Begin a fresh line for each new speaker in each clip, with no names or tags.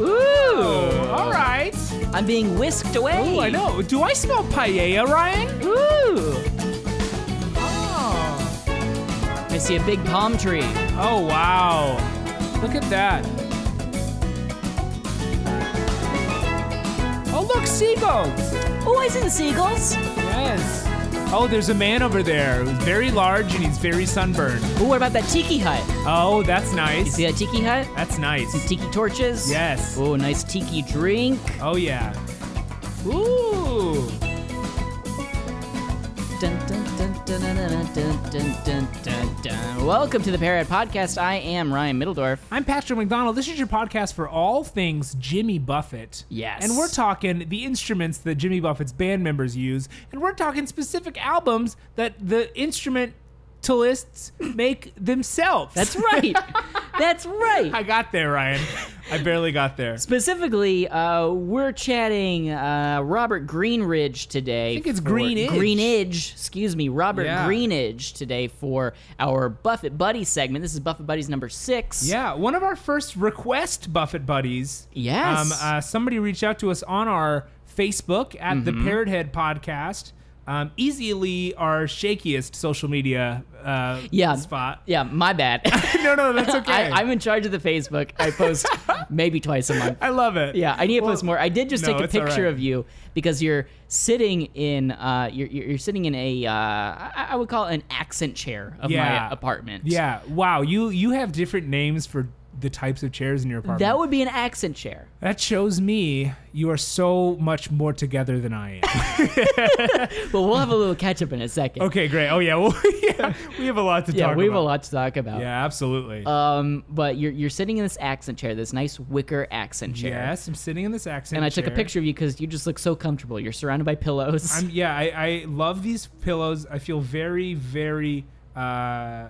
Oh. I'm being whisked away.
Oh, I know. Do I smell paella, Ryan?
Ooh.
Oh.
I see a big palm tree.
Oh, wow. Look at that. Oh, look, seagulls.
Oh, I see the seagulls.
Yes. Oh, there's a man over there who's very large and he's very sunburned.
Ooh, what about that tiki hut?
Oh, that's nice.
See that tiki hut?
That's nice.
Tiki torches.
Yes.
Oh, nice tiki drink.
Oh, yeah. Ooh.
Dun, dun, dun, dun, dun, dun, dun, dun, dun, dun, dun. Welcome to the Parrot Podcast. I am Ryan Middledorf.
I'm Patrick McDonald. This is your podcast for all things Jimmy Buffett.
Yes.
And we're talking the instruments that Jimmy Buffett's band members use, and we're talking specific albums that the instrumentalists make themselves.
That's right. That's
I
right.
got there, Ryan. I barely got there. I
Specifically, uh, we're chatting uh, Robert Greenridge today. I
think it's Greenidge.
Greenidge, excuse me, Robert
Yeah.
Greenidge today for our Buffett Buddy segment. This is Buffett Buddies number six.
Yeah, one of our first request Buffett buddies.
Yes.
Um, uh, somebody reached out to us on our Facebook at
Mm-hmm.
the Parrot Head Podcast. Um, easily our shakiest social media uh,
Yeah.
spot.
Yeah, my bad.
no, no, that's okay.
I, I'm in charge of the Facebook. I post maybe twice a month.
I love it.
Yeah, I need to
Well,
post more. I did just
no,
take a
it's all
picture
right.
of you because you're sitting in uh you're you're you're sitting in a uh I, I would call it an accent chair of
Yeah.
my apartment.
Yeah. Wow. You you have different names for the types of chairs in your apartment.
That would be an accent chair.
that shows me you are so much more together than I am.
But we'll have a little catch up in a second.
okay, great. Oh yeah. Well, yeah. We have a lot to
Yeah,
talk.
we have a
about.
lot to talk about.
Yeah, absolutely.
Um but you're you're sitting in this accent chair, this nice wicker accent chair.
yes, I'm sitting in this accent.
And I took a
chair.
picture of you because you just look so comfortable. You're surrounded by pillows.
I'm, yeah, I, I love these pillows. I feel very, very uh,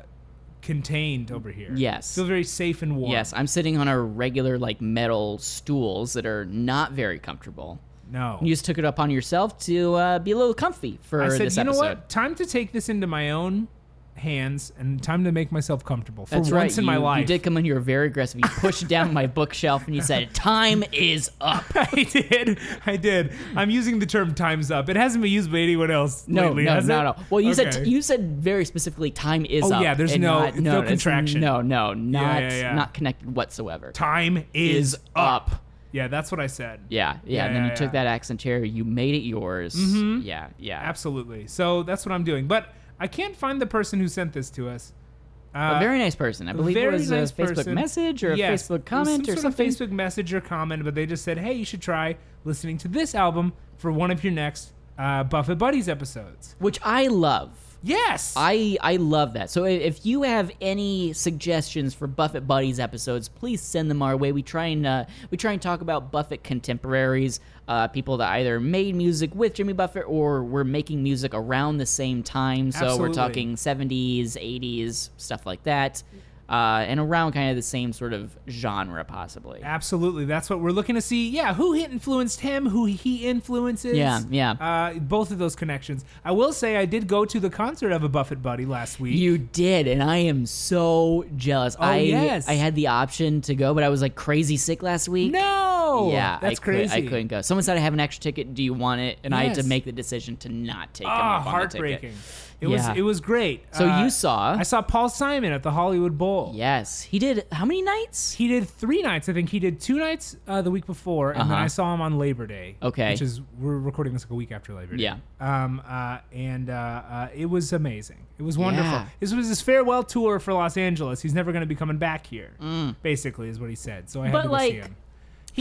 contained over here.
Yes.
feel very safe and warm.
Yes, I'm sitting on our regular like metal stools that are not very comfortable.
No.
You just took it upon yourself to uh, be a little comfy for
I said,
this
you know
episode.
what? Time to take this into my own hands and time to make myself comfortable for
That's
once
right.
in my
you-
life.
you did come in. You were very aggressive. You pushed down my bookshelf and you said, "Time is up."
I did. I did. I'm using the term "times up." It hasn't been used by anyone else
No,
lately,
no,
has
no,
it?
no. Well, you
Okay.
said you said very specifically, "Time is
Oh,
up."
yeah, there's
and
no-
not,
it's no
it's
contraction.
No, no, not
yeah, yeah.
not connected whatsoever.
time
is
is, up.
up.
Yeah, that's what I said.
Yeah, yeah.
Yeah,
and then
yeah,
you took
yeah. Mm-hmm.
that accent chair. You made it yours. Yeah, yeah.
Absolutely. So that's what I'm doing. But I can't find the person who sent this to us. Uh,
a very nice person. I believe it
very
was
nice
a Facebook
person.
message or a
Yes, it
Facebook
was
comment
some
or
sort
something.
Of Facebook message or comment, but they just said, "Hey, you should try listening to this album for one of your next uh, Buffett Buddies episodes."
which I love.
Yes,
I I love that. So i- if you have any suggestions for Buffett Buddies episodes, please send them our way. We try and uh, we try and talk about Buffett contemporaries, uh, people that either made music with Jimmy Buffett or were making music around the same time. So
Absolutely.
we're talking 70s, 80s, stuff like that. Uh, and around kind of the same sort of genre, possibly.
absolutely. That's what we're looking to see. Yeah, who he influenced him, who he influences.
Yeah, yeah.
Uh, both of those connections. I will say, I did go to the concert of a Buffett Buddy last week.
You did, and I am so jealous. I
Oh, yes.
I had the option to go, but I was like crazy sick last week.
no,
yeah,
that's
I cou-
crazy.
I couldn't go. Someone said I have an extra ticket. Do you want it? And I had to
Yes.
make the decision to not take him
Ah,
up on the ticket.
heartbreaking. It was
Yeah.
it was great.
So
Uh,
you saw?
I saw Paul Simon at the Hollywood Bowl.
Yes, he did. How many nights?
He did three nights. I think he did two nights uh, the week before, and then
Uh-huh.
I saw him on Labor Day.
Okay.
which is we're recording this like a week after Labor Day.
Yeah.
Um. Uh. And uh, uh. It was amazing. It was wonderful.
Yeah.
This was his farewell tour for Los Angeles. He's never going to be coming back here. Basically, is what he said. So I had
Mm. But,
to go
like,
see him.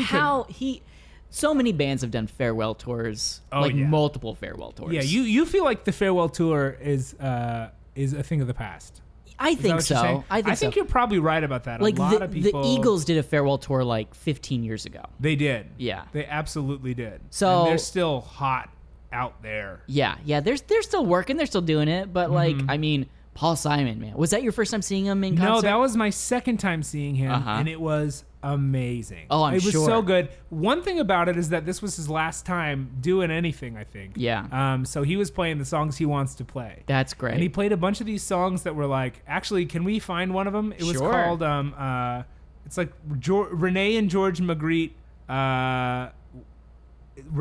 How he? So many bands have done farewell tours,
Oh,
like
yeah.
multiple farewell tours.
Yeah. You you feel like the farewell tour is uh is a thing of the past.
I
Is that
think
what you're saying?
so. I think so.
you're probably right about that.
like
a lot
the,
of people.
the Eagles did a farewell tour like 15 years ago.
They did.
Yeah.
They absolutely did.
So-
and they're still hot out there.
Yeah, yeah. They're they're still working. They're still doing it. But like, I mean, Paul Simon, man, was that your first time seeing him in concert?
Mm-hmm. No, that was my second time seeing him,
Uh-huh.
and it was amazing.
Oh, I'm
It was
sure.
so good. One thing about it is that this was his last time doing anything. I think.
Yeah.
Um. So he was playing the songs he wants to play.
That's great.
and he played a bunch of these songs that were like, actually, can we find one of them? It was
Sure.
called um uh, it's like Geor Renee and George Magritte uh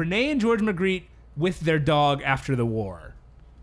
Renee and George Magritte with their dog after the war.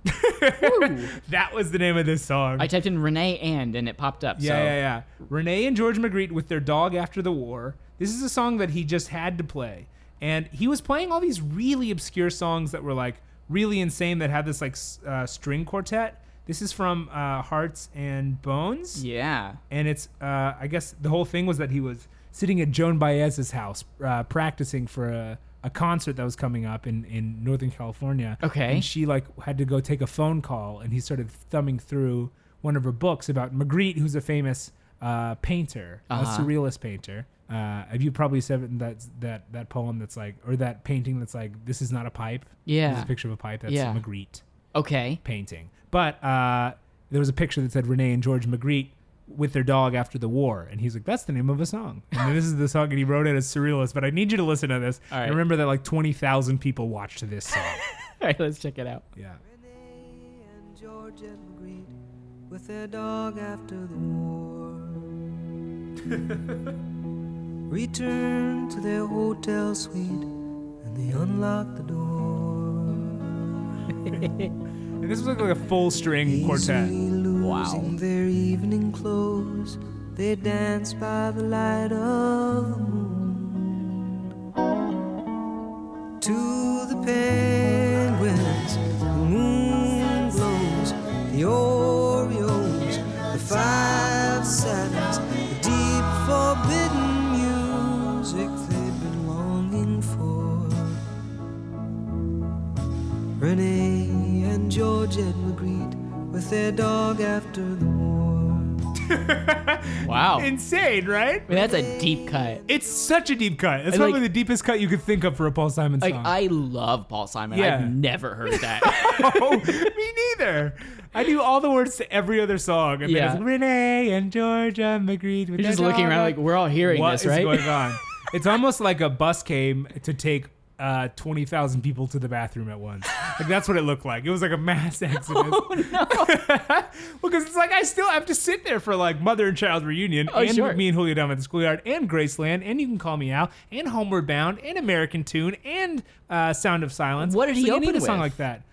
that was the name of this song.
I typed in Renee and and it popped up.
yeah,
so.
yeah, yeah. Renee and George Magritte with their dog after the war. This is a song that he just had to play, and he was playing all these really obscure songs that were like really insane that had this like s- uh, string quartet. This is from uh, Hearts and Bones.
Yeah.
and it's uh, I guess the whole thing was that he was sitting at Joan Baez's house uh, practicing for a, a concert that was coming up in in Northern California.
Okay.
and she like had to go take a phone call, and he started thumbing through one of her books about Magritte, who's a famous uh, painter,
Uh-huh.
a surrealist painter. Uh, have you probably said that that that poem that's like or that painting that's like this is not a pipe. this
Yeah.
is a picture of a pipe. That's
Yeah.
Magritte
Okay.
painting. But uh, there was a picture that said Renee and George Magritte with their dog after the war, and he's like, "That's the name of a song." And this is the song, and he wrote it as surrealist. But I need you to listen to this.
All right.
And remember that like twenty thousand people watched this song.
All right, let's check it out.
yeah.
Renee and George and Greed with their dog after the war. Returned to their hotel suite and they unlocked the door.
And this was like, like a full string quartet.
Easily losing their evening clothes, they danced by the light of the moon. To the penguins, the moon glows, the Oreos, the five sevens, the deep forbidden music they've been longing for. Renee and Georgette Magritte with their dog after the war.
Wow. I mean,
Insane, right?
that's a deep cut.
It's such a deep cut. It's
And, like-
probably the deepest cut you could think of for a Paul Simon
Like
song.
I love Paul Simon.
Yeah.
I've never heard that.
oh, me neither. I knew all the words to every other song. And
Yeah.
yeah. like, Renee and Georgia McGreed.
You're just looking around like we're all hearing
What
this,
is
right?
going on? it's almost like a bus came to take uh, 20,000 people to the bathroom at once. Like that's what it looked like. It was like a mass exodus. Oh no. because it's like I still have to sit there for like mother and child reunion
Oh,
and
sure.
me and Julio down at the schoolyard and Graceland and you can call me out and Homeward Bound and American Tune and uh, Sound of Silence.
What did
So
he
you
open
need a song
with?
like that?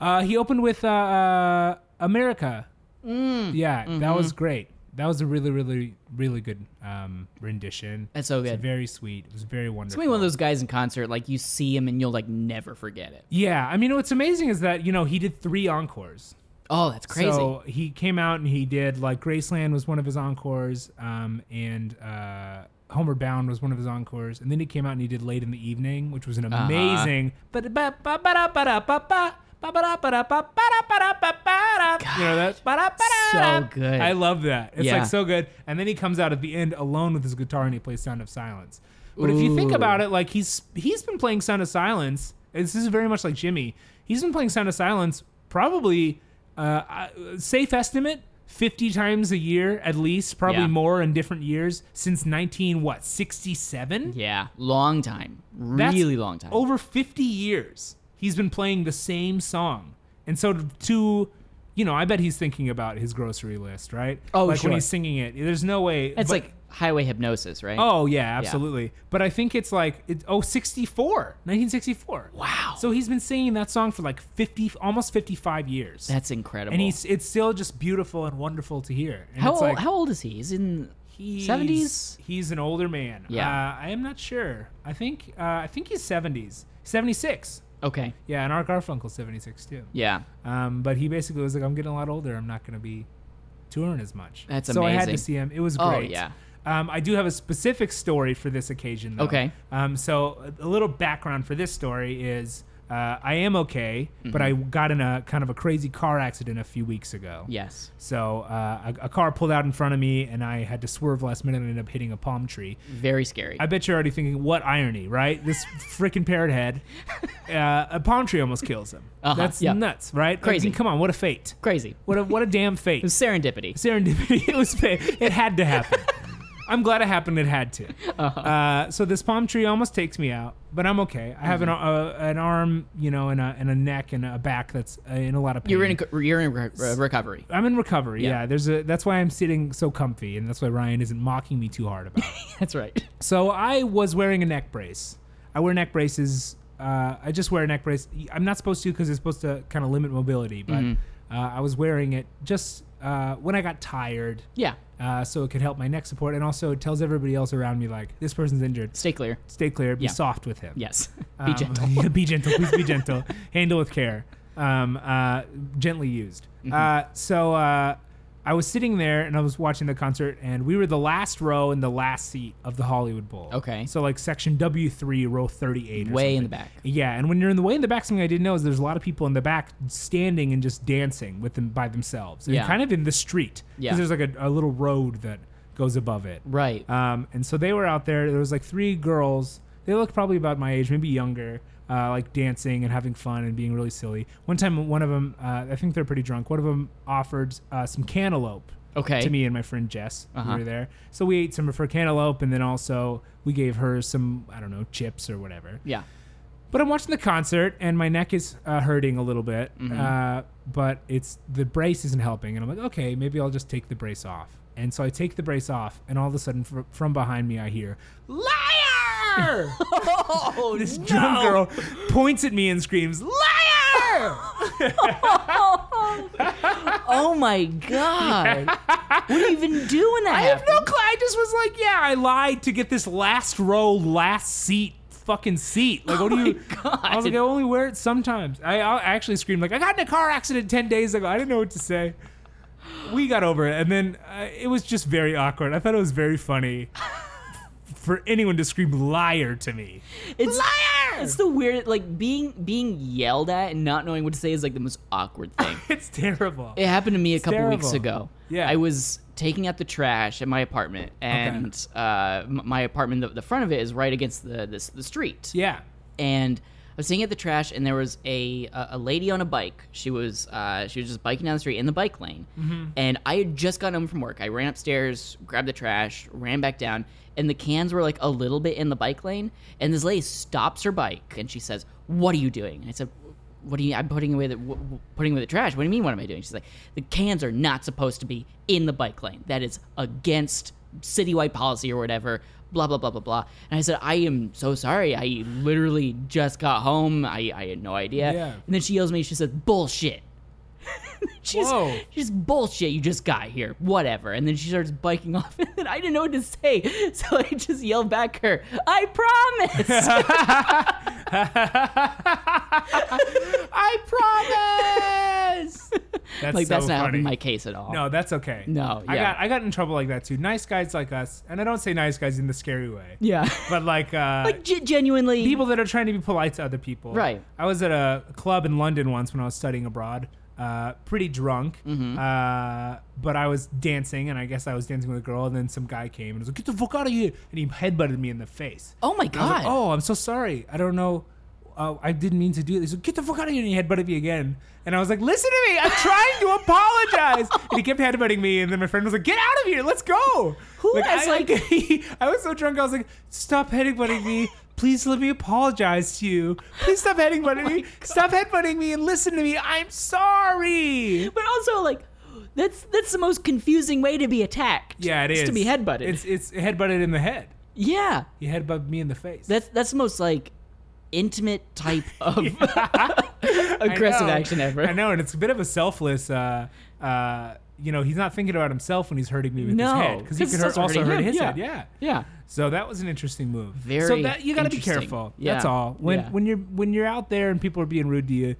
Uh, he opened with uh, uh, America. Yeah, that was great. That was a really, really, really good um, rendition.
That's so
It's
good.
very sweet. It was very wonderful.
It's one of those guys in concert, like you see him and you'll like never forget it.
Yeah, I mean, what's amazing is that you know he did three encores.
Oh, that's crazy.
So he came out and he did like Graceland was one of his encores, um, and uh, Homeward Bound was one of his encores, and then he came out and he did Late in the Evening, which was an amazing. But you know that
So good.
I love that. It's
Yeah.
like so good. And then he comes out at the end alone with his guitar and he plays Sound of Silence. But if you think
Ooh.
about it, like he's he's been playing Sound of Silence. and This is very much like Jimmy. He's been playing Sound of Silence probably uh, uh, safe estimate fifty times a year at least, probably
Yeah.
more in different years since nineteen what sixty seven.
yeah, long time,
That's
really long time.
Over 50 years he's been playing the same song. And so to you know, I bet he's thinking about his grocery list, right?
Oh,
like
sure.
when he's singing it. There's no way
it's
but-
like highway hypnosis, right?
Oh, yeah, absolutely. But I think it's like it, oh, 64, 1964.
Wow.
So he's been singing that song for like 50 almost 55 years.
that's incredible.
and he's it's still just beautiful and wonderful to hear. And
how
it's
old,
like,
how old is he? He's in
He's-
seventies.
He's an older man.
Yeah.
uh, I am not sure. I think uh, I think he's seventies, seventy six.
Okay.
Yeah, and our Garfunkel's seventy six too.
Yeah.
Um, but he basically was like, I'm getting a lot older. I'm not going to be touring as much.
That's
so I had
amazing.
to see him. It was
Oh,
great.
yeah.
Um, I do have a specific story for this occasion. Though.
Okay.
Um, so a little background for this story is uh, I am okay, but
Mm-hmm.
I got in a kind of a crazy car accident a few weeks ago.
Yes.
So uh, a, a car pulled out in front of me, and I had to swerve last minute and ended up hitting a palm tree.
Very scary.
I bet you're already thinking, what irony, right? This freaking parrot head, uh, a palm tree almost kills him.
Uh-huh,
That's
yeah.
nuts, right? Like,
Crazy.
come on, what a fate.
Crazy.
What a what a damn fate.
Serendipity.
Serendipity. It was fate. It had to happen. I'm glad it happened. It had to.
Uh-huh.
uh so this palm tree almost takes me out, but I'm okay. I have an, a,
Mm-hmm.
an arm, you know, and a, and a neck and a back that's uh, in a lot of pain.
You're in a, you're in re- re- recovery.
I'm in recovery.
Yeah.
Yeah. there's a. That's why I'm sitting so comfy, and that's why Ryan isn't mocking me too hard about it.
That's right.
So I was wearing a neck brace. I wear neck braces uh, I just wear a neck brace. I'm not supposed to because it's supposed to kind of limit mobility, but
Mm-hmm.
uh, I was wearing it just uh, when I got tired.
Yeah.
Uh, so it could help my neck support, and also it tells everybody else around me like this person's injured.
Stay clear.
Stay clear. Be
Yeah.
soft with him.
Yes. Be
Um,
gentle.
yeah, be gentle. Please be gentle. Handle with care. Um, uh, gently used.
Mm-hmm.
Uh, so uh, I was sitting there and I was watching the concert, and we were the last row in the last seat of the Hollywood Bowl.
Okay.
So like section W three, row thirty eight.
Way in the back.
Yeah, and when you're in the way in the back, something I didn't know is there's a lot of people in the back standing and just dancing with them by themselves, and
Yeah.
kind of in the street. 'Cause
Yeah.
There's like a, a little road that goes above it.
Right.
Um, and so they were out there. There was like three girls. They looked probably about my age, maybe younger, uh, like dancing and having fun and being really silly. One time, one of them, uh, I think they're pretty drunk. One of them offered uh, some cantaloupe
Okay.
to me and my friend Jess.
Uh-huh.
We were there, so we ate some of her cantaloupe, and then also we gave her some, I don't know, chips or whatever.
yeah.
But I'm watching the concert, and my neck is uh, hurting a little bit. Uh, but it's the brace isn't helping, and I'm like, okay, maybe I'll just take the brace off. And so I take the brace off, and all of a sudden, fr- from behind me, I hear liar.
Oh,
this drunk girl points at me and screams liar.
Oh my god. what are you even doing that?
I have no clue. I just was like, yeah, I lied to get this last row, last seat, fucking seat. Like, what do you?
Oh God.
I was like, I only wear it sometimes. I, I actually screamed like, I got in a car accident ten days ago. I didn't know what to say. We got over it, and then uh, it was just very awkward. I thought it was very funny for anyone to scream liar to me.
It's liar. It's the weird like being being yelled at and not knowing what to say is like the most awkward thing.
It's terrible.
it happened to me a couple weeks
terrible.
ago.
Yeah.
I was taking out the trash at my apartment and uh, m- my apartment the, the front of it is right against the this the street.
yeah.
and I was sitting at the trash, and there was a a, a lady on a bike. She was uh, she was just biking down the street in the bike lane, and I had just gotten home from work. I ran upstairs, grabbed the trash, ran back down, and the cans were like a little bit in the bike lane. And this lady stops her bike, and she says, "What are you doing?" And I said. What do you? I'm putting away the w- w- putting away the trash. What do you mean? What am I doing? She's like, the cans are not supposed to be in the bike lane. That is against citywide policy or whatever, blah, blah, blah, blah, blah. And I said, I am so sorry. I literally just got home. I, I had no idea.
Yeah.
And then she yells at me, she says, bullshit. she's,
Whoa.
she's bullshit. You just got here. Whatever. And then she starts biking off. And then I didn't know what to say. So I just yelled back at her, I promise.
I promise. That's
like, that's
so
not helping
funny.
my case at all.
No, that's okay.
No,
I
yeah.
got I got in trouble like that too. Nice guys like us, and I don't say nice guys in the scary way,
Yeah.
but like, uh,
like, ge- genuinely.
people that are trying to be polite to other people.
Right.
I was at a club in London once when I was studying abroad. Uh, pretty drunk,
Mm-hmm.
uh, but I was dancing, and I guess I was dancing with a girl, and then some guy came and was like, "Get the fuck out of here!" and he headbutted me in the face.
oh my
I was
God.
like, oh, I'm so sorry. I don't know. Uh, I didn't mean to do this. He's like, Get the fuck out of here. And he headbutted me again. And I was like, listen to me. I'm trying to apologize. and he kept headbutting me. And then my friend was like, get out of here. Let's go.
Who has,
I,
like-
I, was so drunk. I was like, stop headbutting me. Please let me apologize to you. Please
Oh
stop headbutting me. Stop headbutting me and listen to me. I'm sorry.
But also, like, that's that's the most confusing way to be attacked.
Yeah, it is.
It's to be headbutted.
It's, it's headbutted in the head.
yeah,
He headbutted me in the face.
that's that's the most like intimate type of aggressive
I know.
action ever.
I know, and it's a bit of a selfless. Uh, uh, you know, he's not thinking about himself when he's hurting me with
No,
his head because he
'cause
could
it's
hurt,
also
also
hurting
hurt
him,
his
yeah.
head. Yeah.
Yeah,
So that was an interesting move. so
Very
that you got to be
interesting.
careful.
Yeah.
That's all. When
Yeah.
when you're when you're out there and people are being rude to you,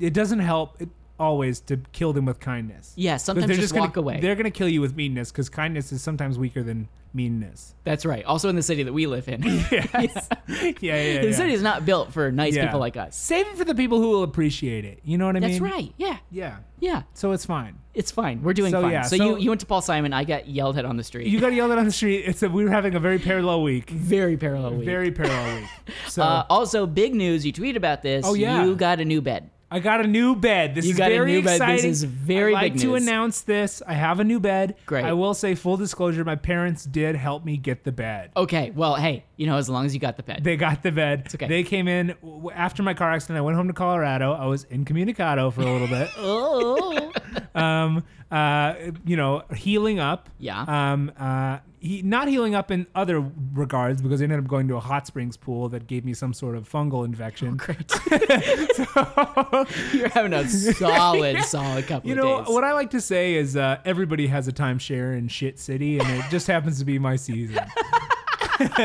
it doesn't help it, always to kill them with kindness.
Yeah,
'Cause
sometimes
they're
just
gonna,
walk away.
They're gonna kill you with meanness because kindness is sometimes weaker than meanness.
that's right. Also in the city that we live in,
Yes. yeah, yeah, yeah.
the
yeah.
city is not built for nice
Yeah.
people like us.
Save it for the people who will appreciate it. You know what I
That's
mean?
right. Yeah,
Yeah.
yeah.
So it's fine.
It's fine. We're doing
So,
fine.
yeah,
so,
so-
you you went to Paul Simon. I got yelled at on the street.
You got yelled at on the street. It's a, we were having a very parallel week.
very parallel week.
Very parallel week. So
uh, also, big news. You tweeted about this.
Oh, yeah.
You got a new bed.
I got a new bed. This
You
is
got a
very
new bed. This
exciting.
is very
I'd like
big
to
news.
announce this. I have a new bed.
Great.
I will say full disclosure, my parents did help me get the bed.
Okay. Well, hey, you know, as long as you got the bed.
They got the bed.
okay.
They came in w- after my car accident. I went home to Colorado. I was incommunicado for a little bit.
oh.
um, uh, you know, healing up.
Yeah.
Um, uh, he, not healing up in other regards because I ended up going to a hot springs pool that gave me some sort of fungal infection.
Oh, Great. You're having a solid, solid couple
You
of
know
days.
what I like to say is uh, everybody has a timeshare in shit city, and it just happens to be my season.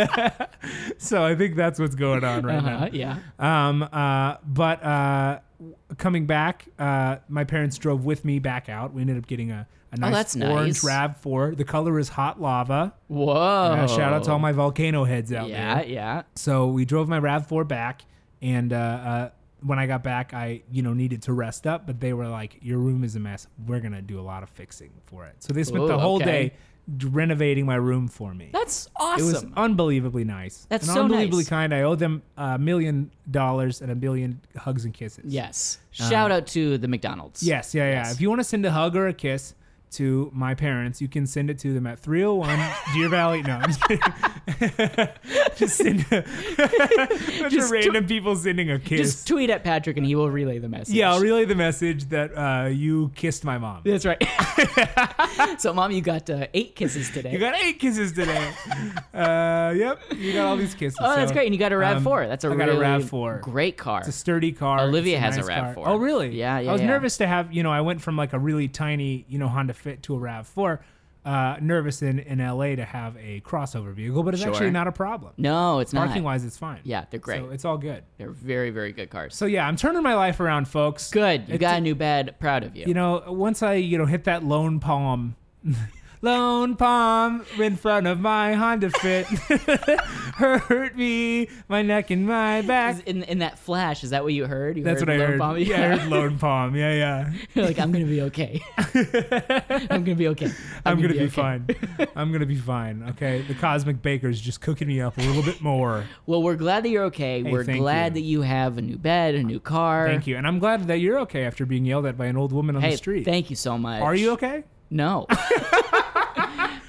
so I think that's what's going on right
uh-huh,
now.
yeah.
Um, uh, but uh, w- coming back, uh, my parents drove with me back out. We ended up getting a, a nice
Oh, that's nice.
orange Rav Four. The color is hot lava.
Whoa.
Uh, shout out to all my volcano heads out there.
Oh. Yeah, yeah.
So we drove my Rav4 back, and uh, uh, when I got back, I you know needed to rest up, but they were like, "Your room is a mess. We're gonna do a lot of fixing for it." So they spent
Ooh,
the whole
okay.
day d- renovating my room for me.
That's
it was
awesome.
unbelievably nice.
That's
and
so
unbelievably
nice.
kind. I owe them a million dollars and a billion hugs and kisses.
yes. Shout out to the McDonald's.
Yes, Uh. yeah, yeah. If you want to send a hug or a kiss to my parents, you can send it to them at 301 Deer Valley. No, I'm just kidding. just send a, bunch of
Just tw-
random people sending a kiss.
Just tweet at Patrick and he will relay the message.
yeah, I'll relay the message that uh, you kissed my mom.
That's right. so, mom, you got uh, eight kisses today.
You got eight kisses today. uh, yep, you got all these kisses.
oh, that's
so-
great. And you got a RAV4.
um,
that's a
I
really
got a RAV4.
great car.
It's a sturdy car.
Olivia
It's
has a RAV4.
nice car. Oh, really?
Yeah, yeah,
I was
yeah.
nervous to have, you know, I went from like a really tiny, you know, Honda Fit to a RAV4. Uh, nervous in, in LA to have a crossover vehicle, but it's
Sure.
actually not a problem.
no, it's not.
Parking wise, it's fine.
Yeah, they're great.
So it's all good.
They're very, very good cars.
So yeah, I'm turning my life around, folks.
good. You
It's-
got a new bed. Proud of you.
You know, once I, you know, hit that lone palm, lone palm in front of my Honda Fit, hurt me, my neck and my back.
Is- in, in that flash, is that what you heard? You
That's
heard
what I
Lone
heard.
Palm?
Yeah, I heard lone palm. Yeah, yeah.
You're like, I'm gonna be okay. I'm gonna be okay.
I'm, gonna, be,
okay."
fine. I'm gonna be fine. Okay, the cosmic baker's just cooking me up a little bit more.
Well, we're glad that you're okay. we're
thank
glad
you.
that you have a new bed, a new car.
Thank you, and I'm glad that you're okay after being yelled at by an old woman on
Hey,
the street.
thank you so much.
Are you okay?
No.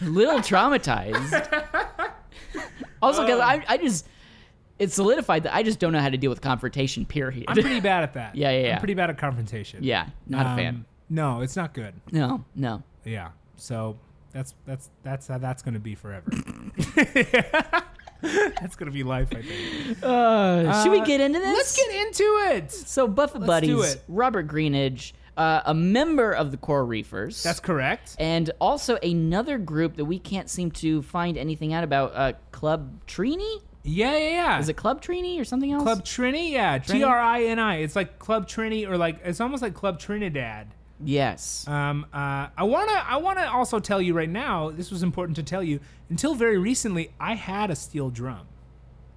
Little traumatized. also,
Oh.
because I, I just it solidified that I just don't know how to deal with confrontation. Period.
I'm pretty bad at that.
Yeah, yeah, yeah.
I'm pretty bad at confrontation.
yeah, not a
Um,
fan.
No, it's not good.
No, no.
Yeah. So that's that's that's how that's gonna be forever. that's gonna be life, I think.
Should we
Uh,
get into this?
Let's get into it.
So Buffett
Let's do
buddies,
it.
Robert Greenidge, uh, a member of the Coral Reefers.
That's correct.
and also another group that we can't seem to find anything out about, uh, Club Trini?
Yeah, yeah, yeah.
Is it Club Trini or something else?
Club Trini, yeah, T R I N I. It's like Club Trini, or like it's almost like Club Trinidad.
Yes.
Um, uh, I wanna, I wanna also tell you right now. This was important to tell you. Until very recently, I had a steel drum.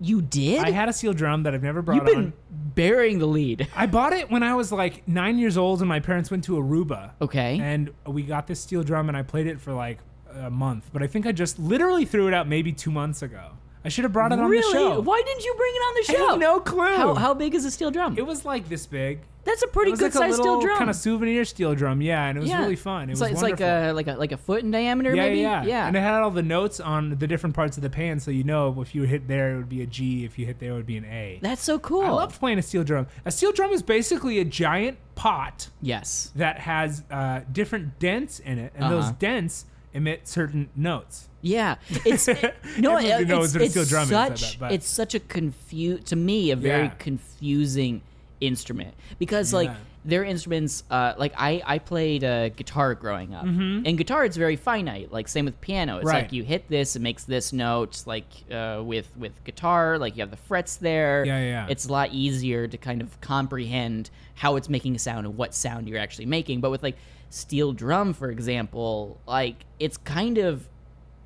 you did?
I had a steel drum that I've never brought
You've been
on.
burying the lead.
I bought it when I was like nine years old, and my parents went to Aruba.
Okay.
And we got this steel drum, and I played it for like a month. But I think I just literally threw it out maybe two months ago. I should have brought it
really?
on the show.
Why didn't you bring it on the
I
show?
have no clue.
How, how big is a steel drum?
it was like this big.
That's a pretty
It was
good
like a
sized steel
little
drum.
kind of souvenir steel drum, yeah, and it was
yeah.
really fun. It
it's
was
like, it's like
wonderful.
a like a like a foot in diameter,
yeah,
maybe.
yeah, yeah. And it had all the notes on the different parts of the pan, so you know if you hit there, it would be a G. If you hit there, it would be an A.
That's so cool.
I loved playing a steel drum. A steel drum is basically a giant pot
yes.
that has uh, different dents in it, and those
Uh-huh.
dents emit certain notes.
Yeah, it's it, no,
Everyone
it-
who
it's,
knows what a
it's
steel drum is, I
such
bet, but-
it's such a confu to me a very
Yeah.
confusing instrument because like
Yeah.
their instruments uh, like I I played uh, guitar growing up and guitar it's very finite like same with piano it's
Mm-hmm. Right.
like you hit this it makes this note like uh, with with guitar like you have the frets there
Yeah, yeah, yeah.
it's a lot easier to kind of comprehend how it's making a sound and what sound you're actually making but with like steel drum for example like it's kind of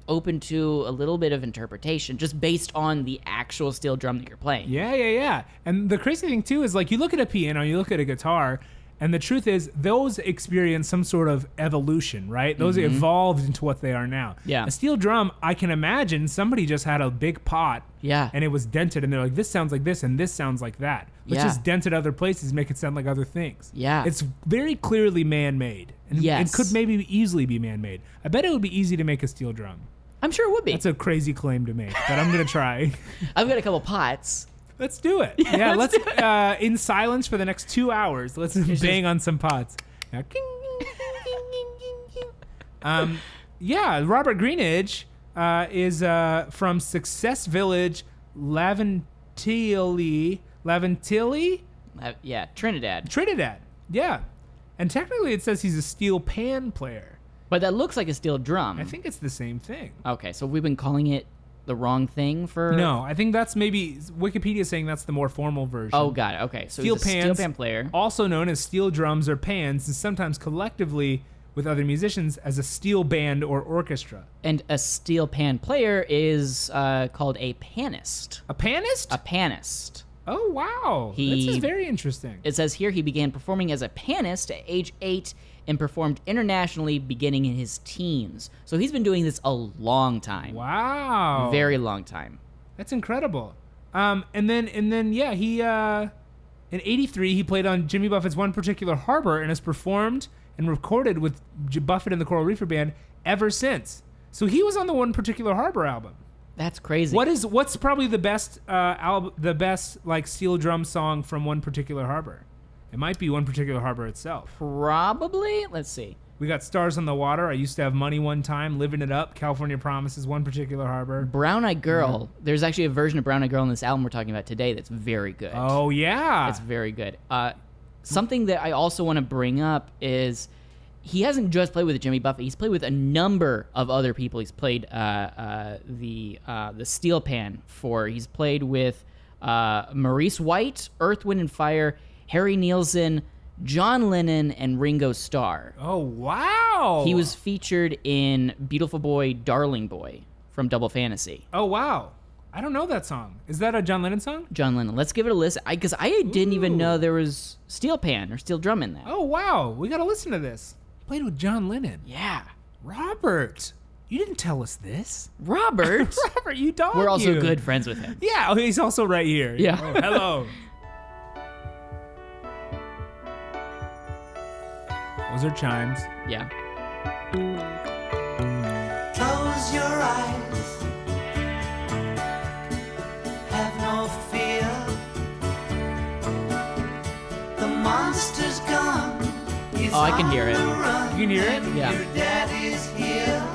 open to a little bit of interpretation just based on the actual steel drum that you're playing.
Yeah, yeah, yeah. And the crazy thing too is like you look at a piano, you look at a guitar, and the truth is those experience some sort of evolution, right? Those evolved into what they are now.
Mm-hmm. Yeah.
A steel drum, I can imagine somebody just had a big pot.
Yeah.
And it was dented, and they're like, "This sounds like this, and this sounds like that." Let's
Yeah.
just dent it other places, make it sound like other things.
Yeah.
It's very clearly man-made, and
Yes.
it could maybe easily be man-made. I bet it would be easy to make a steel drum.
I'm sure it would be.
It's a crazy claim to make, but I'm gonna try.
I've got a couple pots.
Let's do it. Yeah, let's, uh, in silence for the next two hours. Let's bang on some pots. Now, king, king, king, king, Um, yeah, Robert Greenidge uh, is uh, from Success Village, Laventilly, Laventilly,
Uh, yeah, Trinidad.
Trinidad. Yeah, and technically it says he's a steel pan player.
But that looks like a steel drum.
I think it's the same thing.
Okay, so we've been calling it the wrong thing for.
No, I think that's maybe Wikipedia is saying that's the more formal version.
Oh, got it. Okay, so
steel
he's a
pans,
steel pan player.
also known as steel drums or pans, and sometimes collectively with other musicians as a steel band or orchestra.
And a steel pan player is uh, called a panist.
A panist?
A panist.
oh wow, this is
He-
very interesting.
It says here he began performing as a panist at age eight and performed internationally beginning in his teens. So he's been doing this a long time.
wow,
Very long time.
that's incredible. Um, and then and then yeah, he uh, in '83 he played on Jimmy Buffett's One Particular Harbor and has performed and recorded with J- Buffett and the Coral Reefer Band ever since. So he was on the One Particular Harbor album.
That's crazy.
What is what's probably the best uh, album, the best like steel drum song from one particular harbor? It might be one particular harbor itself.
Probably. Let's see.
We got stars on the water. I used to have money one time, living it up. California promises one particular harbor.
Brown Eyed Girl.
Mm-hmm.
There's actually a version of Brown Eyed Girl in this album we're talking about today that's very good.
Oh yeah,
It's very good. Uh, something that I also want to bring up is he hasn't just played with Jimmy Buffett. He's played with a number of other people. He's played uh, uh, the uh, the steel pan for. He's played with uh, Maurice White, Earth, Wind and Fire, Harry Nielsen, John Lennon, and Ringo Starr.
oh wow.
He was featured in "Beautiful Boy, Darling Boy" from Double Fantasy.
Oh wow. I don't know that song. Is that a John Lennon song?
John Lennon. Let's give it a listen. Because I, didn't even know there was steel pan or steel drum in that.
Oh wow. We gotta listen to this. Played with John Lennon.
Yeah.
Robert, you didn't tell us this.
Robert.
Robert, you dog.
We're also
you.
good friends with him.
Yeah, oh, he's also right here.
Yeah.
Oh, hello. Those are chimes.
Yeah.
Close your eyes. Have no fear. The monster's gone. It's
Oh, I can hear
on
it.
the run.
You can hear it?
Yeah.
Your daddy's here.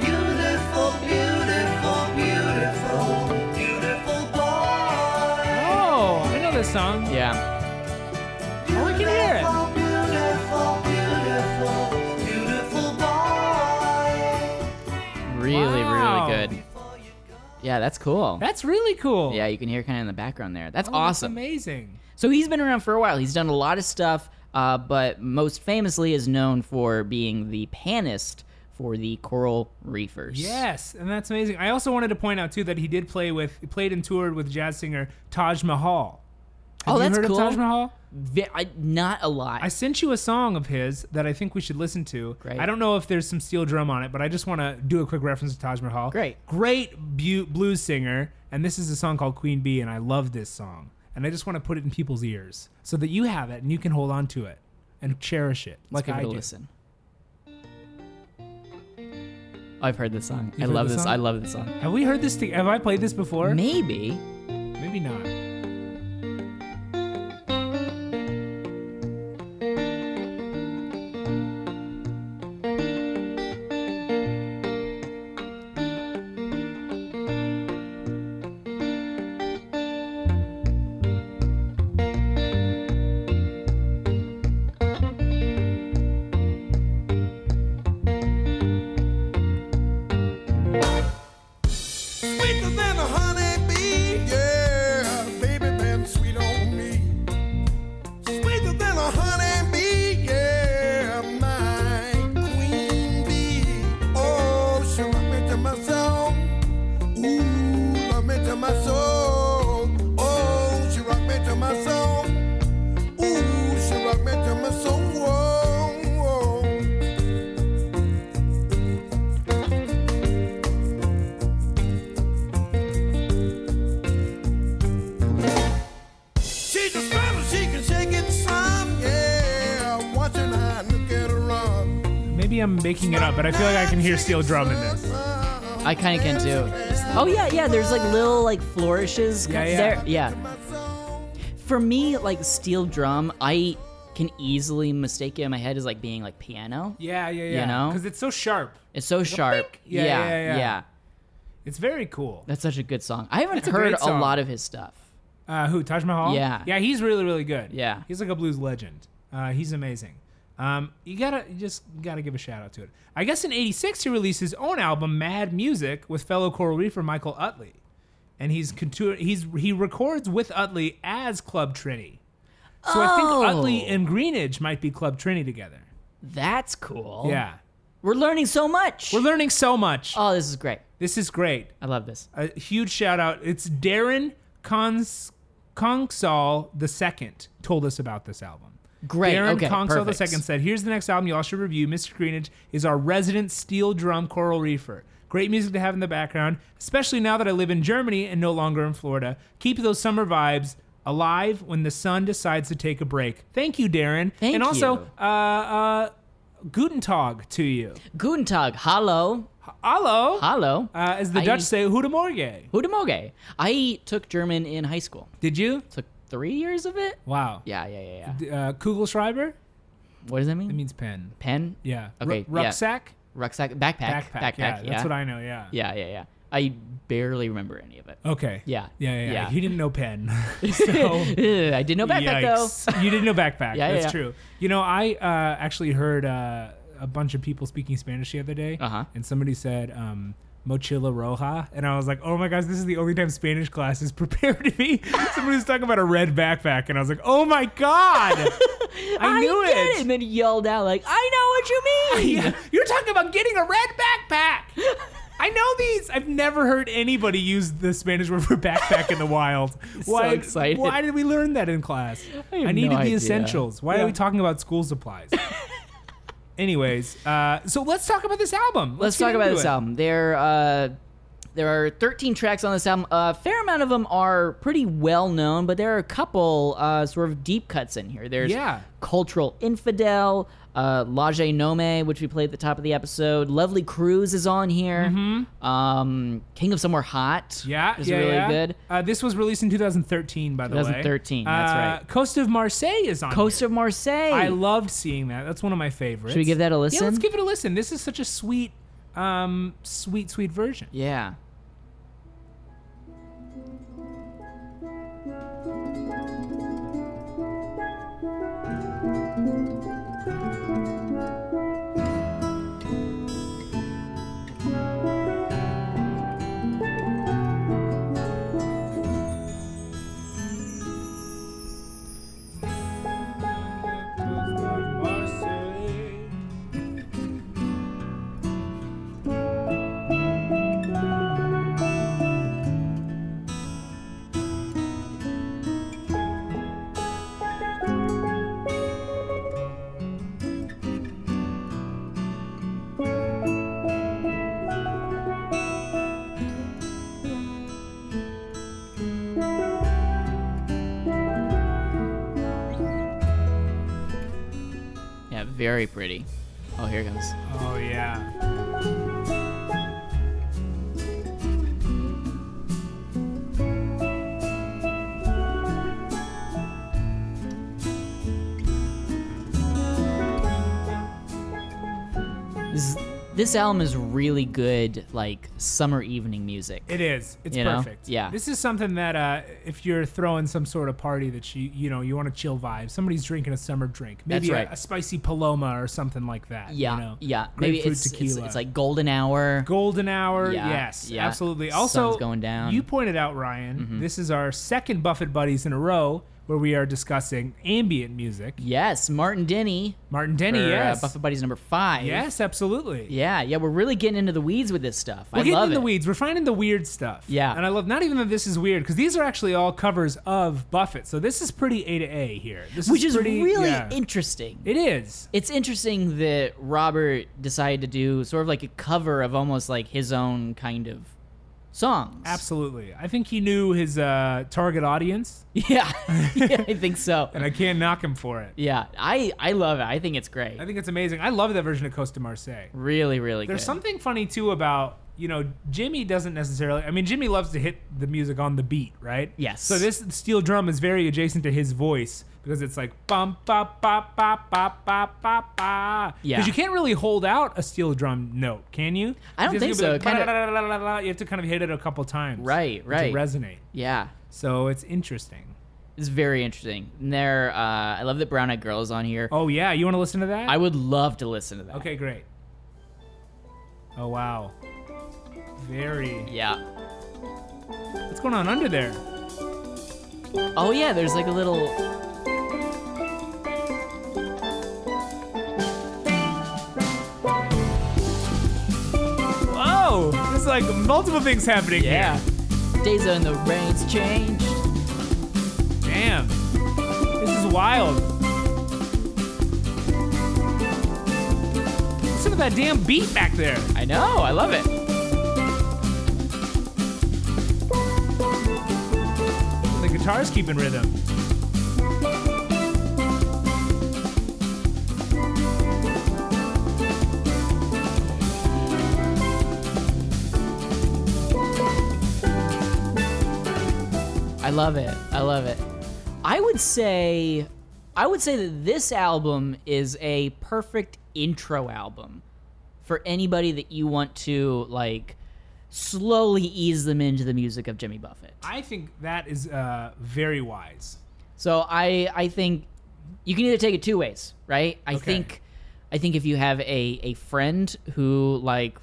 Beautiful, beautiful, beautiful, beautiful boy.
Oh, I know this song.
Yeah.
Oh, I can hear it.
Beautiful, beautiful, beautiful, beautiful boy.
Really,
Wow.
really good. Yeah, that's cool.
That's really cool.
yeah, you can hear kind of in the background there. That's
Oh,
awesome.
amazing.
so he's been around for a while. He's done a lot of stuff, uh, but most famously is known for being the panist for the Coral Reefers.
Yes, and that's amazing. I also wanted to point out too that he did play with, he played and toured with jazz singer Taj Mahal. Have
Oh,
you
that's
heard
cool.
of Taj Mahal?
Vi- I, not a lot.
I sent you a song of his that I think we should listen to.
Great.
I don't know if there's some steel drum on it, but I just want to do a quick reference to Taj Mahal.
Great.
Great bu- blues singer. And this is a song called Queen Bee, and I love this song. And I just want to put it in people's ears so that you have it and you can hold on to it and cherish it
Let's
like
give
I
it a
do.
listen. I've heard this song. I
heard
love
this
this.
song?
I love this song.
Have we heard this? to- have I played this before?
Maybe.
Maybe not.
Sweeter than a honeybee, yeah, baby been sweet on me. Sweeter than a honeybee, yeah, my queen bee. Oh, she love me to my soul. Ooh, love me to my soul. Oh, she rock me to my soul. Ooh, she rock me to my soul. Whoa, whoa. She's a spell, she can shake it some. Yeah, watching her look at her run.
Maybe I'm making it up, but I feel like I can hear steel drum in this.
I kind of can too. Oh yeah, yeah. There's like little like flourishes.
Yeah,
There, yeah. For me, like steel drum, I can easily mistake it in my head as like being like piano.
Yeah, yeah, yeah.
You know?
because it's so sharp.
It's so sharp.
pink. Yeah,
yeah,
yeah, yeah.
yeah.
It's very cool.
That's such a good song. I haven't
a
heard
great
a
song.
lot of his stuff.
Uh, who Taj Mahal?
Yeah.
yeah. He's really, really good.
Yeah.
he's like a blues legend. Uh, he's amazing. Um, you gotta you just gotta give a shout out to it. I guess in '86 he released his own album, Mad Music, with fellow coral reefer Michael Utley, and he's contour- he's he records with Utley as Club Trini. So I
Oh.
think Utley and Greenidge might be Club Trini together.
That's cool.
Yeah,
We're learning so much.
we're learning so much.
oh, this is great.
this is great.
I love this.
a huge shout out. It's Darren Cons- Congsall the second told us about this album.
Great.
Darren
okay.
Congsall the
perfect.
second said, "Here's the next album y'all should review. Mr. Greenidge is our resident steel drum coral reefer. Great music to have in the background, especially now that I live in Germany and no longer in Florida. Keep those summer vibes." Alive when the sun decides to take a break. Thank you, Darren.
Thank
and also,
you.
Uh, uh, Guten Tag to you.
Guten Tag. Hallo.
Hallo.
Hallo.
Uh, as the
I-
Dutch say, Hude Morgen.
Hudemoge. I took German in high school.
Did you?
Took three years of it.
Wow.
Yeah, yeah, yeah, yeah.
D- uh, Kugelschreiber.
What does that mean?
It means pen.
Pen,
Yeah.
Okay,
Ru-
yeah.
rucksack.
rucksack, backpack,
Backpack. Yeah, That's what I know. Yeah.
Yeah, yeah, yeah. I barely remember any of it.
Okay.
Yeah.
Yeah. Yeah. yeah.
Yeah.
He didn't know pen. so.
Ugh, I did know backpack
Oh. Yikes. You didn't know backpack.
Yeah, yeah,
That's
yeah.
true. You know, I uh, actually heard uh, a bunch of people speaking Spanish the other day,
Uh-huh.
and somebody said um, mochila roja, and I was like, oh my gosh, this is the only time Spanish class is prepared me. somebody was talking about a red backpack, and I was like, oh my god, I,
though.
knew
get And then he yelled out like, "I know what you mean."
Yeah, You're talking about getting a red backpack. I know these. I've never heard anybody use the Spanish word for backpack in the wild. Why,
excited.
Why did we learn that in class? I,
have
needed
no
the
idea.
essentials. Why
Yeah.
are we talking about school supplies? Anyways, uh, so let's talk about this album.
Let's
get
talk about
into
this
it.
album. There, uh, there are 13 tracks on this album. A fair amount of them are pretty well known, but there are a couple uh, sort of deep cuts in here. There's
Yeah.
Cultural Infidel, uh, Laje Nome, which we played at the top of the episode. Lovely Cruise is on here. Um, King of Somewhere Hot
Mm-hmm. Yeah,
is
yeah,
really
yeah.
good.
Uh, this was released in 2013, by the way.
2013, that's
Uh,
right.
Coast of Marseille is on.
Coast
here.
of Marseille.
I loved seeing that. That's one of my favorites.
Should we give that a listen?
Yeah, let's give it a listen. This is such a sweet, um, sweet, sweet version.
yeah. Yeah, very pretty. Oh, here it comes.
Oh yeah.
This, this album is really good, like summer evening music.
It is. It's
You know?
perfect.
Yeah.
This is something that uh, if you're throwing some sort of party that you you know you want to chill vibe. Somebody's drinking a summer drink.
That's
Maybe a-
right.
a, spicy paloma or something like that.
Yeah,
You know?
yeah. Maybe
Grapefruit
it's,
tequila.
it's it's like golden hour.
golden hour.
Yeah,
yes.
yeah.
Absolutely. Also
Sun's going down. Mm-hmm.
You pointed out, Ryan. This is our second Buffett buddies in a row where we are discussing ambient music.
yes, Martin Denny.
Martin Denny.
for, uh,
yes.
Buffett Buddies number five.
Yes, absolutely.
Yeah, yeah. We're really getting into the weeds with this stuff.
We're
I
getting
love
in
it.
the weeds. We're finding the weird stuff.
Yeah.
And I love not even that this is weird because these are actually all covers of Buffett. So this is pretty A to A here. This
which is
pretty-
really
yeah.
interesting.
it is.
it's interesting that Robert decided to do sort of like a cover of almost like his own kind of songs.
Absolutely. I think he knew his uh, target audience,
Yeah, yeah I think so.
and I can't knock him for it.
Yeah, I I love it. I think it's great.
I think it's amazing. I love that version of Costa Marseille.
Really, really
There's
good.
something funny too about you know, Jimmy doesn't necessarily. I mean, Jimmy loves to hit the music on the beat, right?
Yes.
So this steel drum is very adjacent to his voice because it's like bum ba ba ba ba ba ba ba.
Yeah.
Because you can't really hold out a steel drum note, can you?
I don't
It's just
think
gonna be
so. It
Like,
kinda-
"Ba-da-da-da-da-da-da." You have to kind of hit it a couple times.
Right, right.
To resonate.
Yeah.
So it's interesting.
It's very interesting. And there, uh, I love that Brown Eyed Girl is on here.
Oh yeah, you want to listen to that?
I would love to listen to that.
Okay, great. Oh wow. Very.
Yeah.
What's going on under there?
Oh yeah, there's like a little.
Whoa! Oh, There's like multiple things happening
Yeah.
here.
Days on the rain's changed.
Damn. This is wild. Listen to that damn beat back there.
I know. I love it.
The guitar's keeping rhythm.
I love it. I love it. I would say, I would say that this album is a perfect intro album for anybody that you want to like slowly ease them into the music of Jimmy Buffett.
I think that is uh, very wise.
So I I think you can either take it two ways, right? I think I think if you have a a friend who like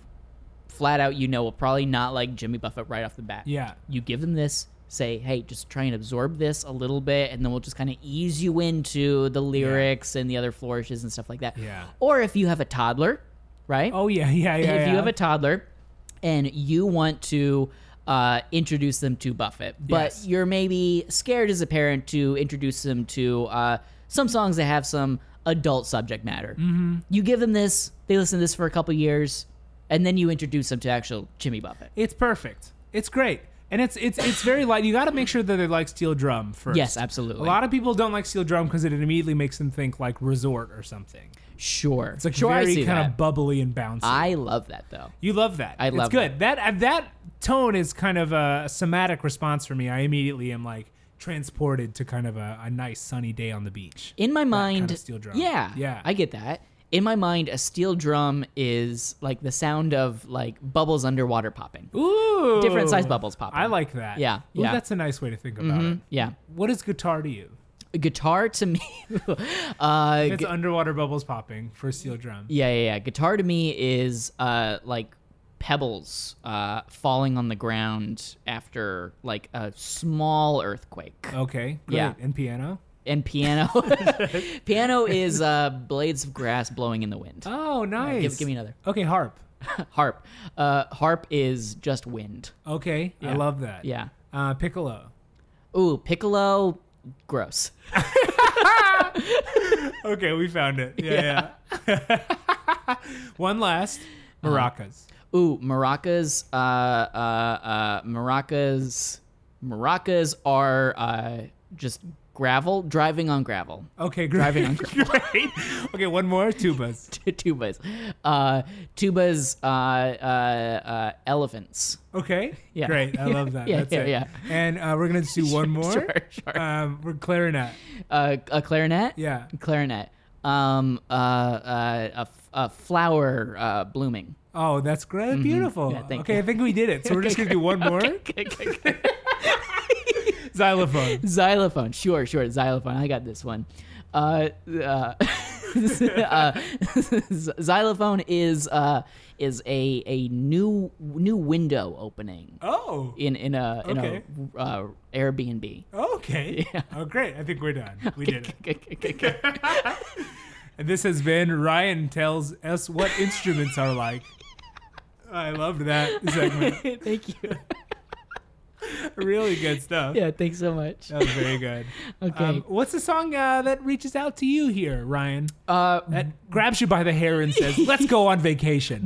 flat out you know will probably not like Jimmy Buffett right off the bat.
Yeah.
You give them this, say, "Hey, just try and absorb this a little bit and then we'll just kind of ease you into the lyrics and the other flourishes and stuff like that."
Yeah.
Or if you have a toddler, right?
Oh yeah, yeah, yeah.
if
yeah.
you have a toddler and you want to uh, introduce them to Buffett, but
Yes.
you're maybe scared as a parent to introduce them to uh, some songs that have some adult subject matter. Mm-hmm. You give them this, they listen to this for a couple years, and then you introduce them to actual Jimmy Buffett.
It's perfect. It's great. And it's it's it's very light. You got to make sure that they like steel drum first.
Yes, absolutely.
A lot of people don't like steel drum because it immediately makes them think like resort or something.
Sure,
It's like
sure, I
very
see
kind
that.
of bubbly and bouncy.
I love that though.
you love that.
I love
It's good. That uh, that tone is kind of a somatic response for me. I immediately am like transported to kind of a, a nice sunny day on the beach.
in my mind
of steel drum.
yeah
Yeah.
i get that in my mind a steel drum is like the sound of like bubbles underwater popping
Ooh,
Different size bubbles pop
I
up.
like that.
Yeah,
Ooh,
yeah. Mm-hmm.
That's a nice way to think about it.
yeah
What is guitar to you?
guitar to me uh
It's
gu-
underwater bubbles popping for steel drum.
yeah yeah yeah guitar to me is uh like pebbles uh falling on the ground after like a small earthquake
Okay. Great.
Yeah.
And piano.
and piano piano is uh blades of grass blowing in the wind
Oh, nice.
give, give me another
Okay, harp.
harp uh harp is just wind
Okay, I
Yeah.
love that.
yeah
Uh, piccolo.
ooh piccolo gross
Okay, we found it. Yeah, yeah. One last.
Uh-huh.
Maracas.
Ooh, maracas. Uh, uh, uh, maracas. Maracas are uh, just gravel. Driving on gravel.
Okay, great.
Driving on
great. Okay, one more. Tubas.
tubas. Uh, tubas. Uh, uh, uh, elephants.
Okay.
Yeah.
Great. I love that.
Yeah,
That's
yeah,
it.
yeah.
And uh, we're gonna just do one more.
Sure, sure.
Um, we're clarinet.
Uh, a clarinet.
Yeah.
Clarinet. Um. Uh. uh a, f- a flower uh, blooming.
Oh, that's great. Beautiful.
Mm-hmm. Yeah, thank
okay,
you.
I think we did it. So we're just gonna do one more. Xylophone.
xylophone. Sure. Sure. Xylophone. I got this one. Uh. uh uh, xylophone is uh, is a a new new window opening
Oh.
in in a in
Okay.
a uh, Airbnb.
Okay.
Yeah.
Oh, great. I think we're done. We did it. And this has been Ryan tells us what instruments are like. I loved that segment.
Thank you.
Really good stuff.
Yeah, thanks so much.
That was very good.
Okay.
Um, what's the song uh, that reaches out to you here, Ryan?
uh,
That grabs you by the hair and says, "Let's go on vacation."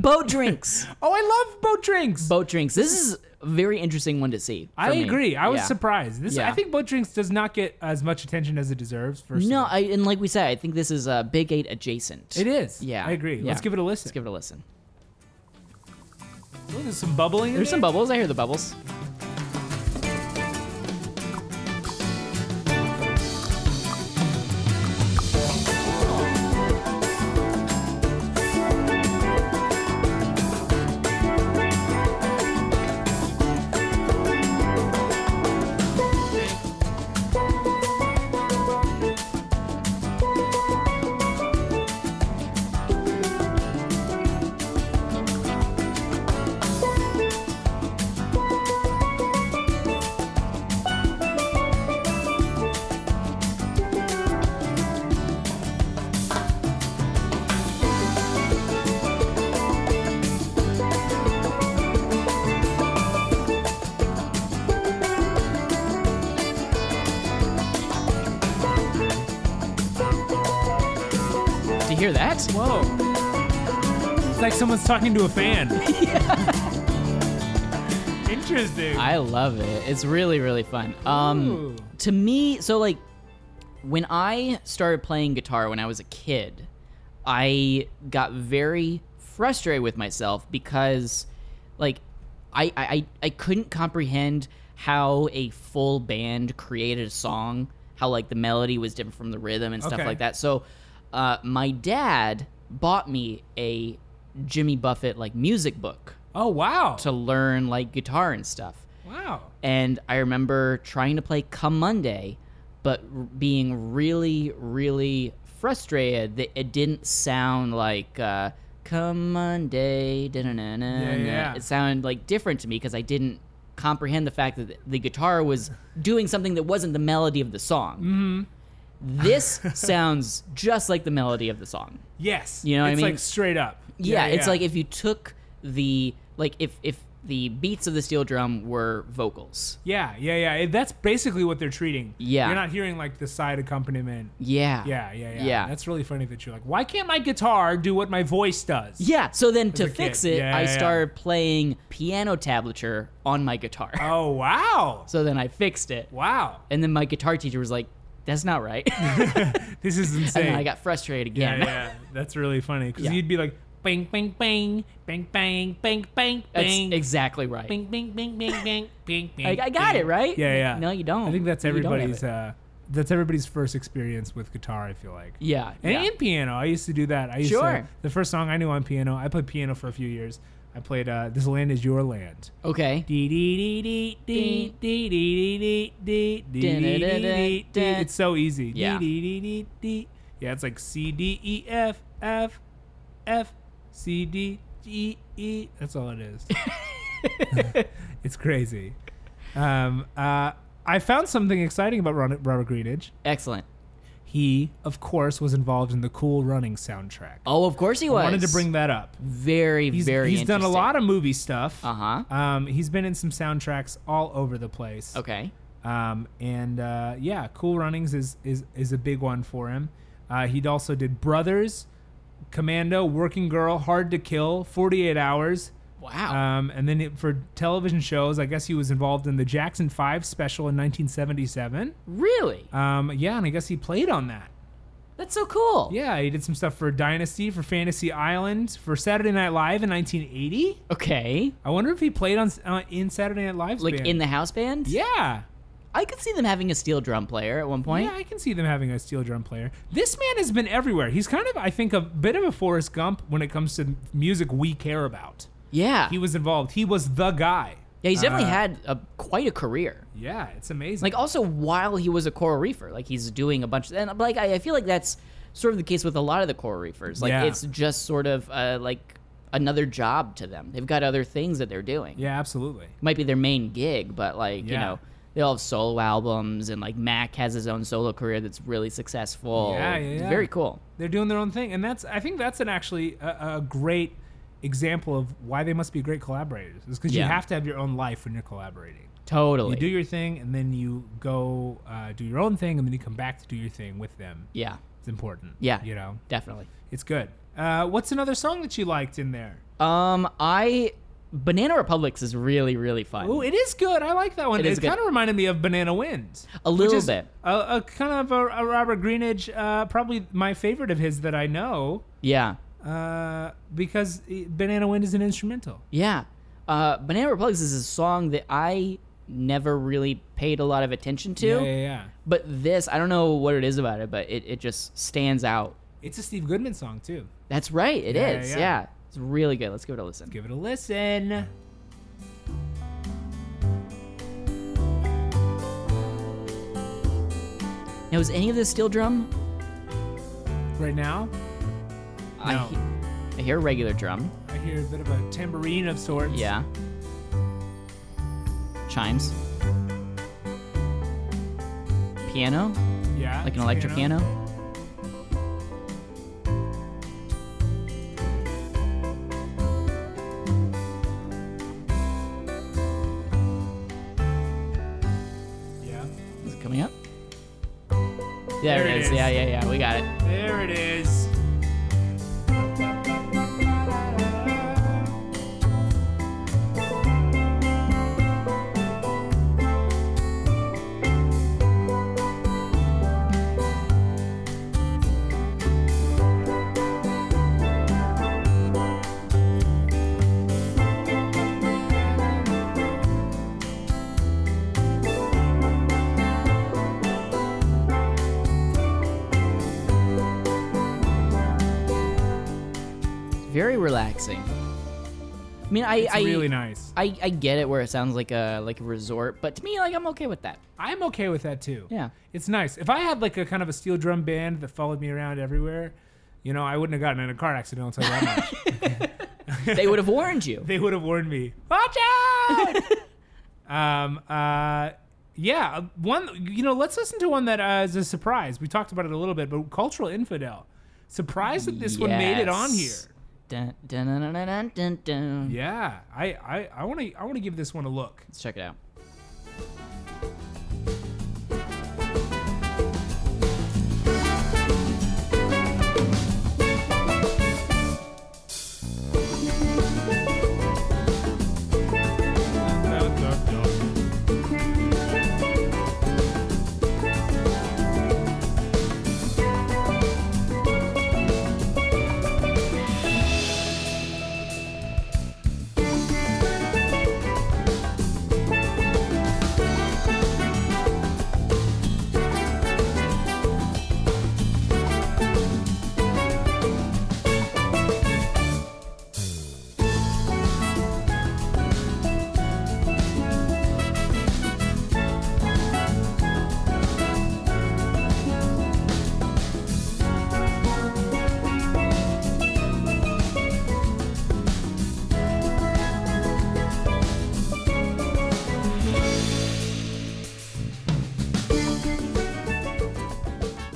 boat drinks.
oh, I love boat drinks.
boat drinks. This is a very interesting one to see.
I
for me.
agree. I was
Yeah.
surprised. This
Yeah.
I think boat drinks does not get as much attention as it deserves. First, of
No,
all.
I, and like we said, I think this is a Big Eight adjacent.
it is.
Yeah,
I agree.
yeah.
Let's give it a listen.
Let's give it a listen.
Ooh. There's some bubbling. in
There's some
there?
bubbles. I hear the bubbles. Did you hear that?
Whoa. It's like someone's talking to a fan. Interesting.
I love it. It's really really fun. Um,
Ooh.
to me, so like when I started playing guitar when I was a kid, I got very frustrated with myself because like I I, I- I couldn't comprehend how a full band created a song, how like the melody was different from the rhythm and stuff
Okay.
like that. So uh, my dad bought me a Jimmy Buffett like music book
oh wow.
to learn like guitar and stuff
wow.
and I remember trying to play Come Monday, but r- being really, really frustrated that it didn't sound like uh, Come Monday. da-na-na-na-na."
Yeah, yeah.
It sounded like different to me because I didn't comprehend the fact that the guitar was doing something that wasn't the melody of the song.
Mm-hmm.
This sounds just like the melody of the song.
Yes.
You know what I
it's
mean?
like straight up.
Yeah, it's like if you took the like if if the beats of the steel drum were vocals.
Yeah, yeah, yeah. It- That's basically what they're treating.
Yeah.
You're not hearing like the side accompaniment.
Yeah.
Yeah, yeah, yeah.
Yeah.
That's really funny that you're like, why can't my guitar do what my voice does?
Yeah, so then to
a
fix
kid.
it,
Yeah,
I
yeah, yeah.
started playing piano tablature on my guitar.
Oh wow.
So then I fixed it.
Wow.
And then my guitar teacher was like, that's not right.
This is insane.
and then I got frustrated
yeah,
again.
yeah. That's really funny. Because
Yeah.
you'd be like bang bang bang bang bang bang bang
That's
bang
exactly right.
bing bing bing bing bing bing bing.
Like, I got it, right?
Yeah, yeah.
No, you don't.
I think that's
You don't have
everybody's.
it.
Uh, that's everybody's first experience with guitar. I feel like.
Yeah.
And,
yeah.
and piano. I used to do that. I used
Sure.
to. The first song I knew on piano. I played piano for a few years. I played uh, "This Land Is Your Land."
Okay.
Dee dee dee dee dee dee dee dee dee dee dee dee dee dee dee. It's so easy. Dee
Yeah.
dee dee dee dee. Yeah, it's like C D E F F F C D G E. That's all it is. it's crazy. Um, uh, I found something exciting about Ron- Robert Greenidge.
Excellent.
He, of course, was involved in the Cool Running soundtrack.
Oh, of course he was.
I wanted to bring that up.
Very,
He's,
very
he's done a lot of movie stuff.
Uh huh.
Um, he's been in some soundtracks all over the place.
Okay.
Um, and uh, yeah, Cool Runnings is is is a big one for him. Uh, he also did Brothers, Commando, Working Girl, Hard to Kill, 48 Hours.
Wow.
Um, and then it, for television shows, I guess he was involved in the Jackson 5 special in 1977.
really?
Um, yeah, and I guess he played on that.
That's so cool.
Yeah, he did some stuff for Dynasty, for Fantasy Island, for Saturday Night Live in 1980.
Okay.
I wonder if he played on uh, in Saturday Night Live's
Like
band.
in the house band?
Yeah.
I could see them having a steel drum player at one point.
Yeah, I can see them having a steel drum player. This man has been everywhere. He's kind of, I think, a bit of a Forrest Gump when it comes to music we care about.
Yeah.
He was involved. He was the guy.
Yeah, he's definitely
Uh,
had a, quite a career.
Yeah, it's amazing.
Like also while he was a coral reefer, like he's doing a bunch. Of, and like I, I feel like that's sort of the case with a lot of the coral reefers. Like
Yeah.
it's just sort of uh, like another job to them. They've got other things that they're doing.
yeah, absolutely.
Might be their main gig, but like you
Yeah.
know they all have solo albums and like Mac has his own solo career that's really successful.
Yeah, yeah,
It's
yeah.
very cool.
They're doing their own thing, and that's. I think that's an actually a, a great example of why they must be great collaborators. Is because
Yeah.
you have to have your own life when you're collaborating.
Totally.
You do your thing, and then you go uh, do your own thing, and then you come back to do your thing with them.
yeah,
It's important.
Yeah.
You know,
definitely.
it's good. Uh, what's another song that you liked in there?
Um, I Banana Republics is really really fun.
Oh, it is good. I like that one.
It
It,
is good.
kind of reminded me of Banana Winds.
A
which
little
is
bit.
A, a kind of a, a Robert Greenidge, uh, probably my favorite of his that I know,
yeah.
uh, because i- Banana Wind is an instrumental.
Yeah. Uh, Banana Republics is a song that I never really paid a lot of attention to.
Yeah, yeah, yeah.
But this, I don't know what it is about it, but it, it just stands out.
It's a Steve Goodman song too.
That's right, it is.
Yeah,
yeah,
yeah.
It's really good. Let's give it a listen.
Give it a listen.
Now, is any of this steel drum?
Right now,
I,
No.
he- I hear a regular drum.
I hear a bit of a tambourine of sorts.
Yeah. Chimes. Piano,
yeah,
like an electric piano.
Yeah,
Is it coming up? There,
There
it
it
is.
is.
Yeah, yeah, yeah. We got it.
there it is.
Very relaxing. I mean, I
It's
I,
really nice.
I I get it where it sounds like a like a resort, but to me, like I'm okay with that.
I'm okay with that too.
Yeah.
It's nice. If I had like a kind of a steel drum band that followed me around everywhere, you know, I wouldn't have gotten in a car accident. I'll tell you that much.
They would have warned you.
they would have warned me. Watch out! um, uh, yeah, one. You know, let's listen to one that uh, is a surprise. We talked about it a little bit, but cultural infidel. Surprised that this one made it on here.
Yes. Dun, dun, dun, dun, dun, dun, dun.
Yeah, I, I, I want to, I want to give this one a look.
Let's check it out.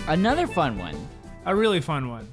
Another fun one.
A really fun one.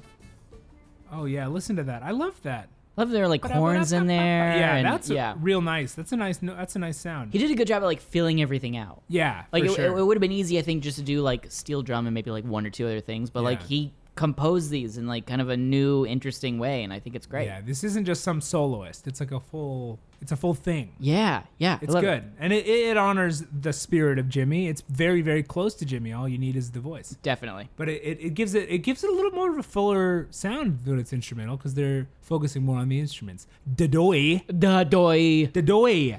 Oh yeah, listen to that. I love that.
Love there are like horns in there.
Yeah,
and-
that's
yeah.
real nice. That's a nice, no, that's a nice sound.
He did a good job at like filling everything out.
yeah,
Like
for
it,
sure.
it, would have been easy, I think, just to do like steel drum and maybe like one or two other things. But like
Yeah.
he composed these in like kind of a new, interesting way, and I think it's great.
Yeah, this isn't just some soloist. It's like a full, it's a full thing.
yeah, yeah, I
It's
love it.
good, and it, it it honors the spirit of Jimmy. It's very, very close to Jimmy. All you need is the voice,
Definitely.
but it, it, it gives it it gives it a little more of a fuller sound when it's instrumental because they're focusing more on the instruments. Dadoy,
Da doy.
dadoy.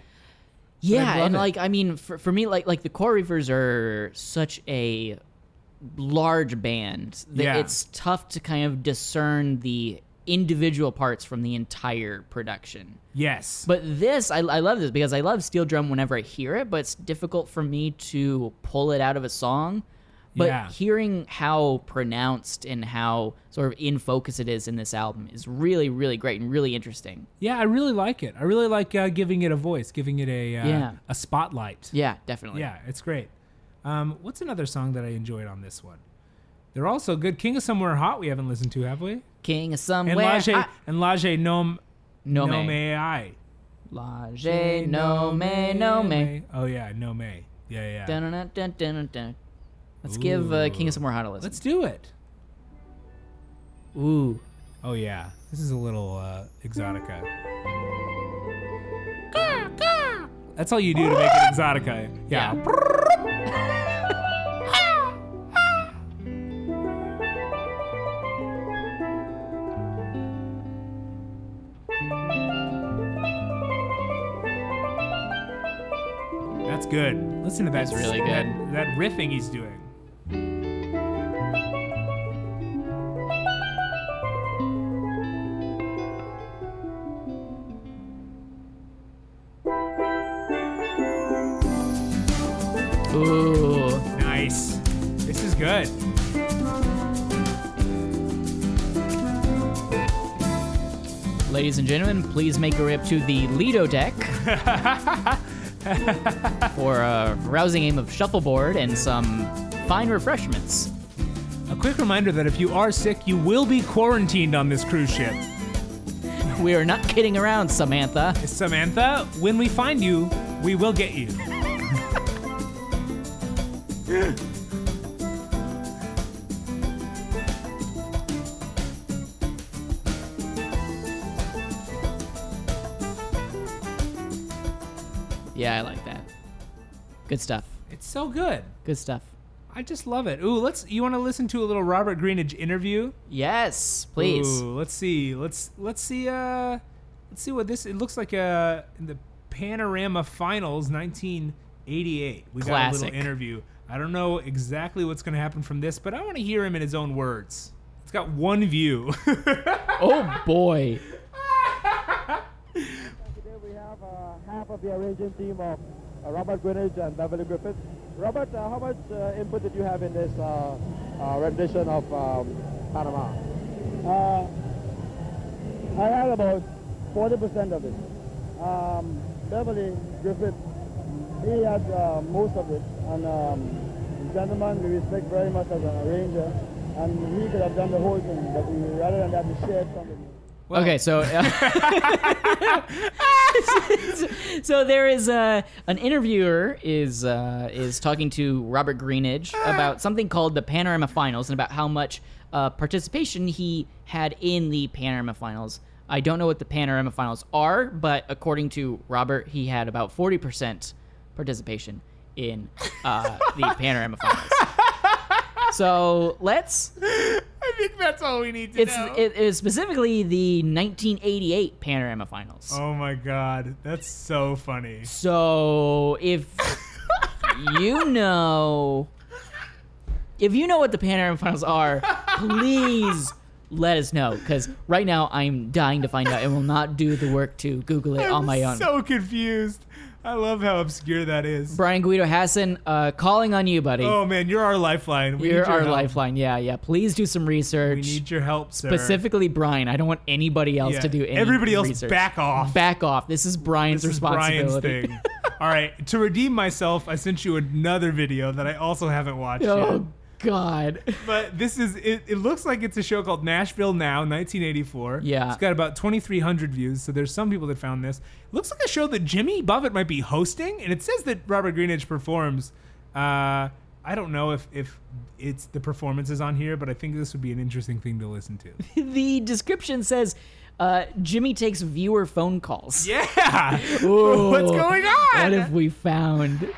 Yeah,
love
and
it.
like I mean, for, for me, like like the core reefers are such a large band that
Yeah.
it's tough to kind of discern the individual parts from the entire production.
Yes,
But this, I, I love this because I love steel drum whenever I hear it, but it's difficult for me to pull it out of a song. But
Yeah.
hearing how pronounced and how sort of in focus it is in this album is really, really great and really interesting.
yeah, I really like it. I really like uh, giving it a voice, giving it a uh,
Yeah.
a spotlight.
Yeah, definitely.
Yeah, it's great. Um, what's another song that I enjoyed on this one? They're also good. King of Somewhere Hot we haven't listened to, have we?
King of somewhere.
And Lage
hot-
and Lage Nom
no,
Nome
me.
I.
Lage, no me, no me.
Oh yeah, Nome. Yeah, yeah. yeah.
Dun, dun, dun, dun, dun, dun. Let's give uh, King of Somewhere Hot a listen.
Let's do it.
Ooh.
Oh yeah. This is a little uh, exotica. That's all you do to make it exotica. Yeah.
Yeah.
That's good. Listen to that.
That's really good.
That, that riffing he's doing.
Ooh.
Nice. This is good.
Ladies and gentlemen, please make your way up to the Lido deck for a rousing game of shuffleboard and some fine refreshments.
A quick reminder that if you are sick, you will be quarantined on this cruise ship.
We are not kidding around, Samantha.
Samantha, when we find you, we will get you.
Yeah, I like that. Good stuff.
It's so good.
Good stuff.
I just love it. Ooh, let's. You want to listen to a little Robert Greenidge interview?
Yes, please.
Ooh, let's see. Let's let's see. Uh, let's see what this. It looks like. Uh, in the Panorama Finals, 1988. We got a
Classic.
little interview. I don't know exactly what's going to happen from this, but I want to hear him in his own words. It's got one view.
Oh boy.
Today we have uh, half of the Eurasian team of uh, Robert Greenwich and Beverly Griffith. Robert, uh, how much uh, input did you have in this uh, uh, rendition of um, Panama? Uh, I had about 40% of it. Um, Beverly Griffith, he had uh, most of it. And um, gentleman we respect very much as an arranger. And he could have done the whole thing, but we, rather than that, we shared something.
okay, so uh, so there is uh, an interviewer is uh, is talking to Robert Greenidge about something called the Panorama Finals and about how much uh, participation he had in the Panorama Finals. I don't know what the Panorama Finals are, but according to Robert, he had about forty percent participation in uh, the Panorama Finals. So let's
I think that's all we need to
it's it is specifically the 1988 Panorama Finals.
oh my god, that's so funny.
So if you know if you know what the Panorama Finals are, please let us know because right now I'm dying to find out and will not do the work to Google it on my own.
So confused. I love how obscure that is.
Brian Guido Hassan, uh, calling on you, buddy.
Oh man, you're our lifeline. We
You're
need your
our
help.
lifeline. Yeah, yeah. Please do some research.
We need your help, sir.
Specifically, Brian. I don't want anybody else
Yeah.
to do any
Everybody else,
research.
back off.
Back off. This is Brian's
This is
responsibility.
Brian's thing. All right, to redeem myself, I sent you another video that I also haven't watched yet.
Oh God.
But this is it, it looks like it's a show called Nashville Now 1984.
Yeah.
It's got about 2300 views, so there's some people that found this. looks like a show that Jimmy Buffett might be hosting and it says that Robert Greenidge performs. Uh I don't know if if it's the performance is on here, but I think this would be an interesting thing to listen to.
the description says uh, Jimmy takes viewer phone calls.
Yeah.
Ooh,
What's going on?
What have we found?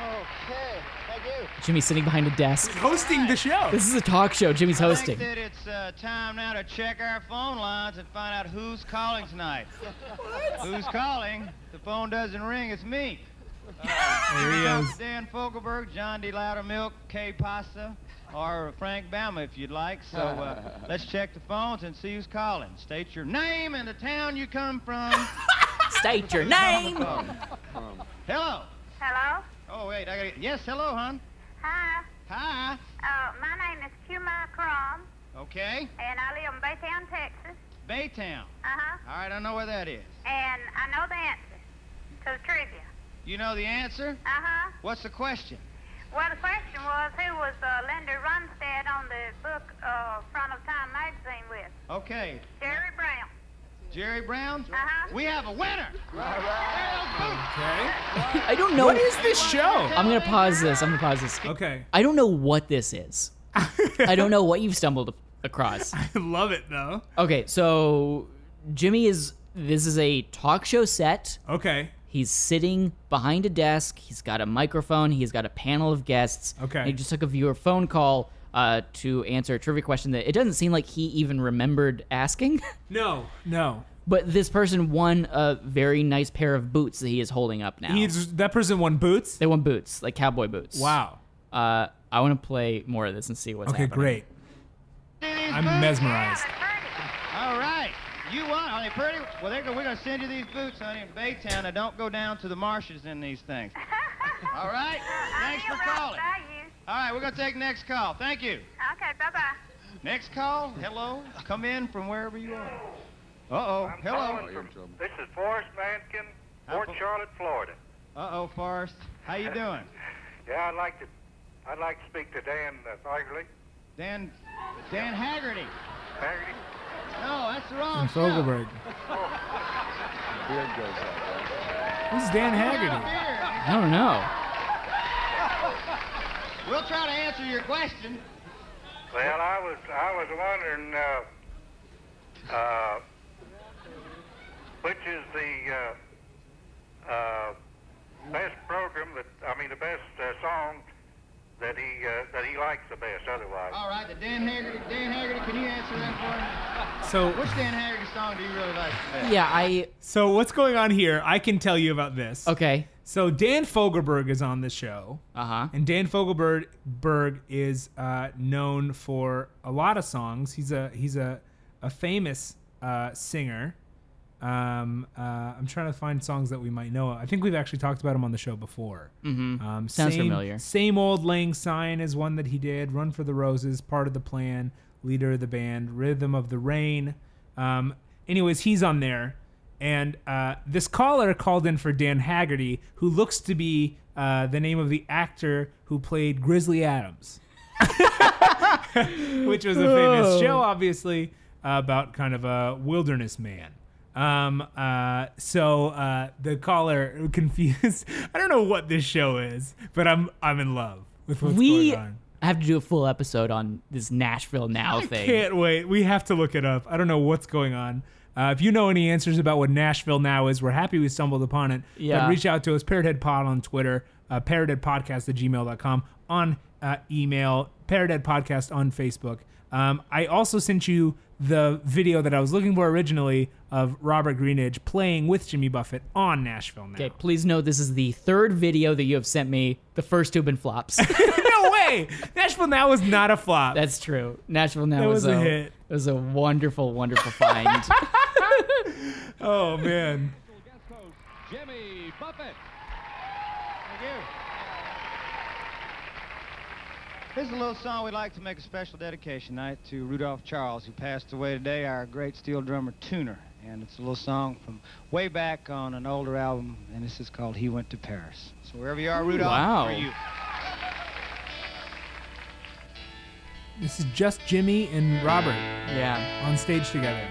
Okay, thank you.
Jimmy sitting behind a desk.
hosting the show.
This is a talk show. Jimmy's hosting.
I think that it's uh, time now to check our phone lines and find out who's calling tonight. Who's calling? The phone doesn't ring. It's me.
Here he is.
Dan Fogelberg, John D. Loudermilk, K. Pasta, or Frank Bama if you'd like. So uh, let's check the phones and see who's calling. State your name and the town you come from.
State your name.
Hello.
Hello?
Oh wait, I gotta. Yes, hello, hon.
Hi.
Hi.
Uh, my name is Kuma Crom,
Okay.
and I live in Baytown, Texas.
Baytown.
Uh-huh.
All right, I know where that is.
And I know the answer to the trivia.
You know the answer?
Uh-huh.
What's the question?
Well, the question was, who was uh, Linda Ronstadt on the book uh, Front of Time magazine with?
Okay,
Jerry Brown.
Jerry Brown.
Uh-huh.
We have a winner.
Okay.
I don't know.
What is this show?
I'm gonna pause this. I'm gonna pause this.
Okay.
I don't know what this is. I don't know what you've stumbled across.
I love it though.
Okay, so Jimmy is. This is a talk show set.
Okay.
He's sitting behind a desk. He's got a microphone. He's got a panel of guests.
Okay.
And he just took a viewer phone call uh, to answer a trivia question that it doesn't seem like he even remembered asking.
No, no.
But this person won a very nice pair of boots that he is holding up now.
He's, that person won boots.
they won boots, like cowboy boots.
Wow.
Uh, I want to play more of this and see what's
Okay,
happening.
great. I'm mesmerized.
All right. You want? Are they pretty? Well, there go. We're gonna send you these boots, honey, in Baytown. Now don't go down to the marshes in these things. All right. Thanks for calling.
Bye, you.
All right, we're gonna take next call. Thank you.
Okay, bye-bye.
Next call. Hello. Come in from wherever you are. Uh oh. Hello.
This is Forrest Mankin, Fort
Apple-
Charlotte, Florida.
Uh oh, Forrest. How you doing?
Yeah, I'd like to, I'd like to speak to Dan uh, Fogerty.
Dan. Dan Haggerty.
Fogerty?
No, that's the wrong.
And Fogelberg. Who's Dan Haggerty?
Here.
I don't know.
We'll try to answer your question.
Well, I was, I was wondering, uh, uh, which is the uh, uh, best program that, I mean, the best uh, song that he uh, that he likes the best. Otherwise,
All right, the Dan Haggerty. Dan Haggerty, can you answer that for me?
So,
Which Dan Haggerty song do you really like the best?
Yeah, I.
so what's going on here? I can tell you about this.
Okay.
So Dan Fogelberg is on the show.
Uh huh.
And Dan Fogelberg Berg is uh, known for a lot of songs. He's a he's a a famous uh, singer. Um, uh, I'm trying to find songs that we might know. I think we've actually talked about him on the show before. Mm-hmm. Um,
Sounds
same,
familiar.
Same old Lang Syne is one that he did. Run for the Roses, part of the plan, leader of the band, Rhythm of the Rain. Um, anyways, he's on there. And uh, this caller called in for Dan Haggerty, who looks to be uh, the name of the actor who played Grizzly Adams, which was a famous show, obviously, uh, about kind of a wilderness man. Um, uh, so uh, the caller confused. I don't know what this show is, but I'm I'm in love with what's
we
going on.
have to do a full episode on this Nashville now thing.
Can't wait. We have to look it up. I don't know what's going on. Uh, if you know any answers about what Nashville now is, we're happy we stumbled upon it. But
Yeah.
reach out to us, parrotheadpod on Twitter, uh, parrotheadpodcast at gmail.com, on uh, email, parrotheadpodcast on Facebook. Um, I also sent you the video that I was looking for originally of Robert Greenidge playing with Jimmy Buffett on Nashville now.
Okay, please note this is the third video that you have sent me. The first two have been flops.
no way! Nashville now is not a flop.
That's true. Nashville now
That
was,
was a hit.
It was a wonderful, wonderful find.
oh, man.
Jimmy Buffett.
Thank you. This is a little song we'd like to make a special dedication night to Rudolph Charles, who passed away today, our great steel drummer tuner. And it's a little song from way back on an older album, and this is called He Went to Paris. So wherever you are, Rudolph,
wow.
for you.
This is just Jimmy and Robert.
yeah.
on stage together.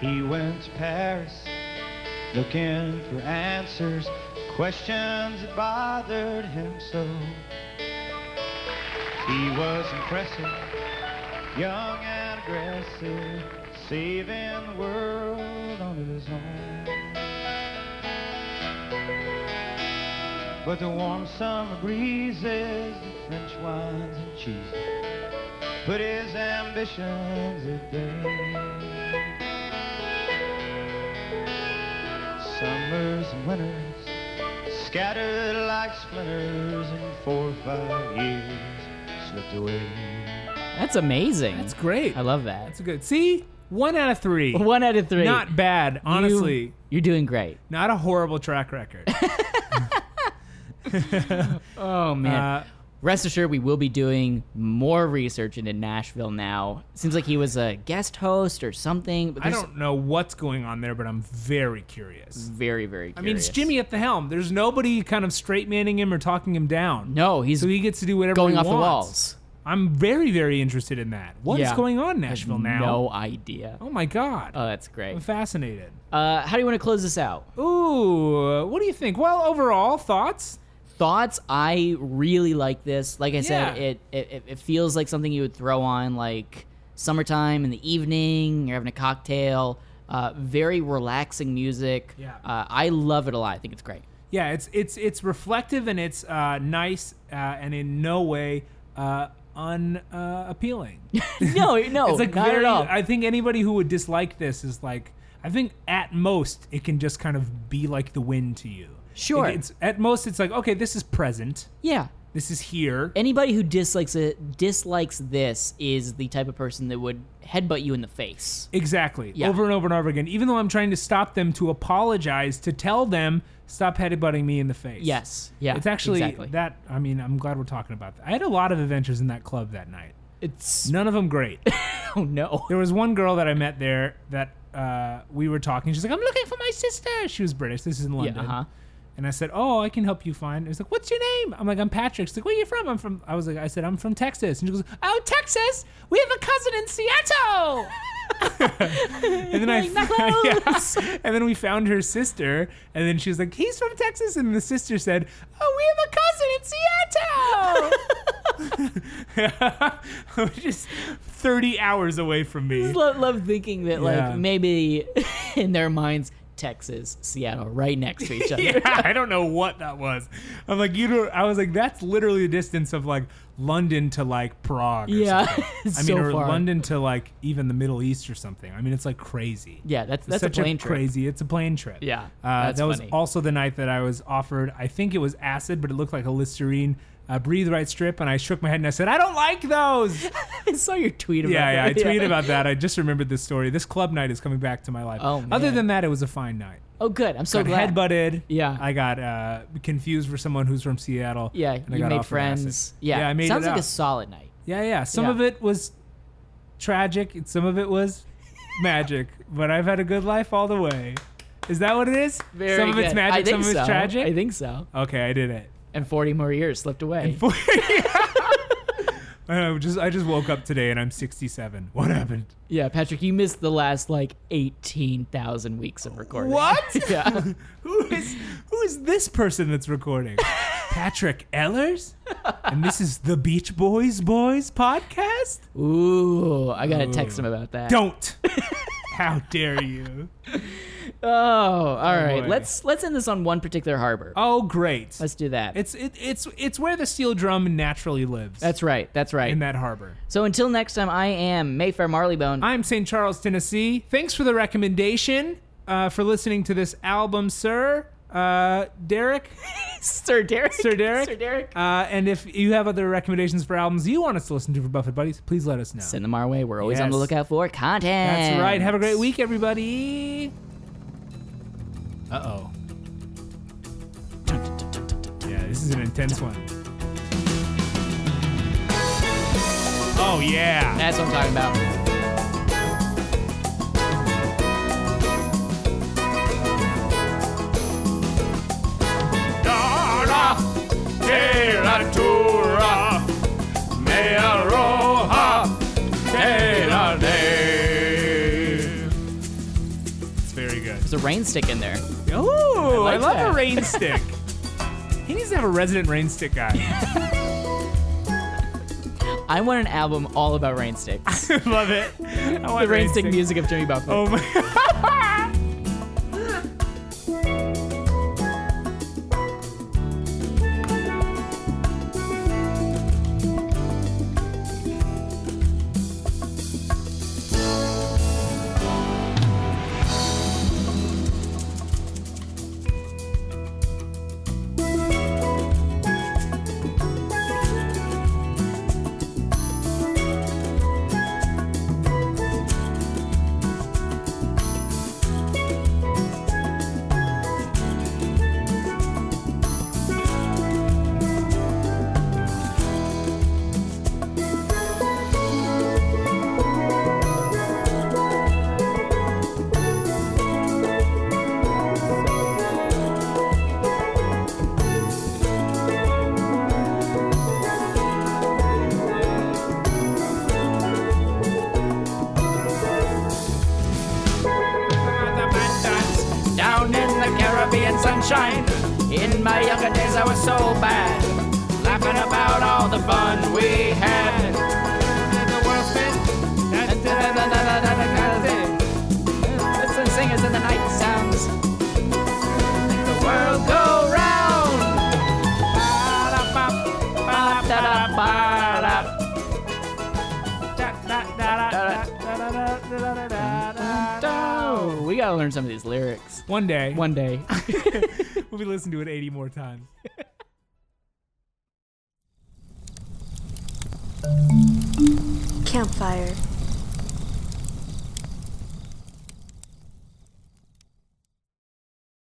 He went to Paris looking for answers, questions that bothered him so. He was impressive, young and aggressive, saving the world on his own. But the warm summer breezes, the French wines and cheeses, put his ambitions at bay. Summers and winters scattered like splinters in four or five years slipped away.
That's amazing.
That's great.
I love that.
That's good. See, one out of three.
One out of three.
Not bad,
You-
honestly.
you're doing great.
Not a horrible track record.
Oh man.
Uh,
Rest assured, we will be doing more research into Nashville now. Seems like he was a guest host or something. But
I
there's
don't know what's going on there, but I'm very curious.
Very, very.
I mean,
Curious.
it's Jimmy at the helm. There's nobody kind of straight manning him or talking him down.
No, he's
So he gets to do whatever
going
he
off the
wants.
walls.
I'm very, very interested in that. What is
Yeah.
going on in Nashville now?
No idea.
Oh my God.
Oh, that's
I'm
great.
fascinated.
Uh, how do you want to close this out?
Ooh, uh, what do you think? Well, overall thoughts.
Thoughts? I really like this. Like I said,
Yeah.
it, it it- it feels like something you would throw on like summertime in the evening. You're having a cocktail. Uh, very relaxing music.
Yeah.
Uh, I love it a lot. I think it's great.
Yeah, it's it's it's reflective and it's uh, nice uh, and in no way uh, unappealing. Uh, appealing.
No, no,
it's like
not
very,
at all.
I think anybody who would dislike this is like, I think at most it can just kind of be like the wind to you.
Sure.
It- it's at most it's like okay, this is present.
yeah.
This is here.
Anybody who dislikes it dislikes this is the type of person that would headbutt you in the face.
Exactly.
Yeah.
Over and over and over again. Even though I'm trying to stop them to apologize, to tell them, stop headbutting me in the face.
Yes. Yeah.
It's actually
exactly.
that. I mean, I'm glad we're talking about that. I had a lot of adventures in that club that night.
It's
None of them great.
oh no.
there was one girl that I met there that uh, we were talking. She's like, I'm looking for my sister. She was British. This is in London.
uh-huh.
And I said, Oh, I can help you find. It's like, What's your name? I'm like, I'm Patrick. She's like, Where are you from? I'm from. I was like, I said, I'm from Texas. And she goes, Oh, Texas. We have a cousin in Seattle. and then I,
Like, "Knuckles."
Yeah. and then we found her sister, and then she was like, "He's from Texas," and the sister said, "Oh, we have a cousin in Seattle, which is thirty hours away from me."
Lo- love, thinking that
Yeah.
like maybe in their minds Texas, Seattle, right next to each other.
yeah, I don't know what that was. I'm like, you know, I was like, that's literally the distance of like London to like Prague. Or
Yeah,
something.
it's
I mean,
so
or
far.
London to like even the Middle East or something. I mean, it's like crazy.
Yeah, that's
It's
that's a
such
plane trip.
crazy. It's a plane trip.
Yeah,
uh,
that's
that was
funny.
also the night that I was offered. I think it was acid, but it looked like a Listerine uh, breathe right strip, and I shook my head and I said, I don't like those.
I saw your tweet about
yeah, yeah. I
that.
tweeted about that. I just remembered this story. This club night is coming back to my life.
Oh,
Other
man.
than that, it was a fine night.
Oh, good. I'm so glad.
Got headbutted.
Yeah.
I got uh, confused for someone who's from Seattle.
yeah,
and I
you
got
made
offered
friends.
acid.
Yeah.
I made
Sounds
it
like a
up.
solid night.
Yeah, yeah. Some
Yeah.
of it was tragic, and some of it was magic. But I've had a good life all the way. Is that what it is?
Very
some of it's
good. I
magic,
think
some of it's
so.
tragic.
I think so.
okay, I did it.
And 40 more years slipped away.
I just I just woke up today and I'm 67. What happened?
yeah, Patrick, you missed the last like 18,000 weeks of recording.
What?
yeah.
Who is who is this person that's recording? Patrick Ellers? And this is the Beach Boys Boys podcast?
Ooh, I gotta text him about that.
Don't. How dare you?
Oh, all right.
boy.
Let's let's end this on one particular harbor.
Oh, great.
Let's do that.
It's it, it's it's where the steel drum naturally lives.
that's right. That's right.
in that harbor.
so until next time, I am Mayfair Marleybone.
I'm St. Charles, Tennessee. Thanks for the recommendation uh, for listening to this album, sir. Uh, Derek,
Sir Derek.
Sir Derek,
Sir Derek.
Uh, and if you have other recommendations for albums you want us to listen to for Buffett Buddies, please let us know.
Send them our way. We're always on the
Yes.
lookout for content.
That's right. Have a great week, everybody. Uh oh. Yeah, this is an intense one. Oh, yeah.
That's what I'm talking about.
Dora, de la Tura, Mea Roja, de la Day.
It's very good.
There's a rain stick in there.
Ooh, I,
like
love
that.
a rain stick. he needs to have a resident rain stick guy.
I want an album all about rain sticks. the
love it. I want
rain, stick, music of Jimmy Buffett.
Oh my.
Down in the Caribbean sunshine. In my younger days, I was so bad. Laughing about all the fun we had. The world spin. Listen, singers in the night sounds. Make the world go round. gotta learn some of these lyrics
One day,
one day.
we'll be listening to it 80 more times.
Campfire.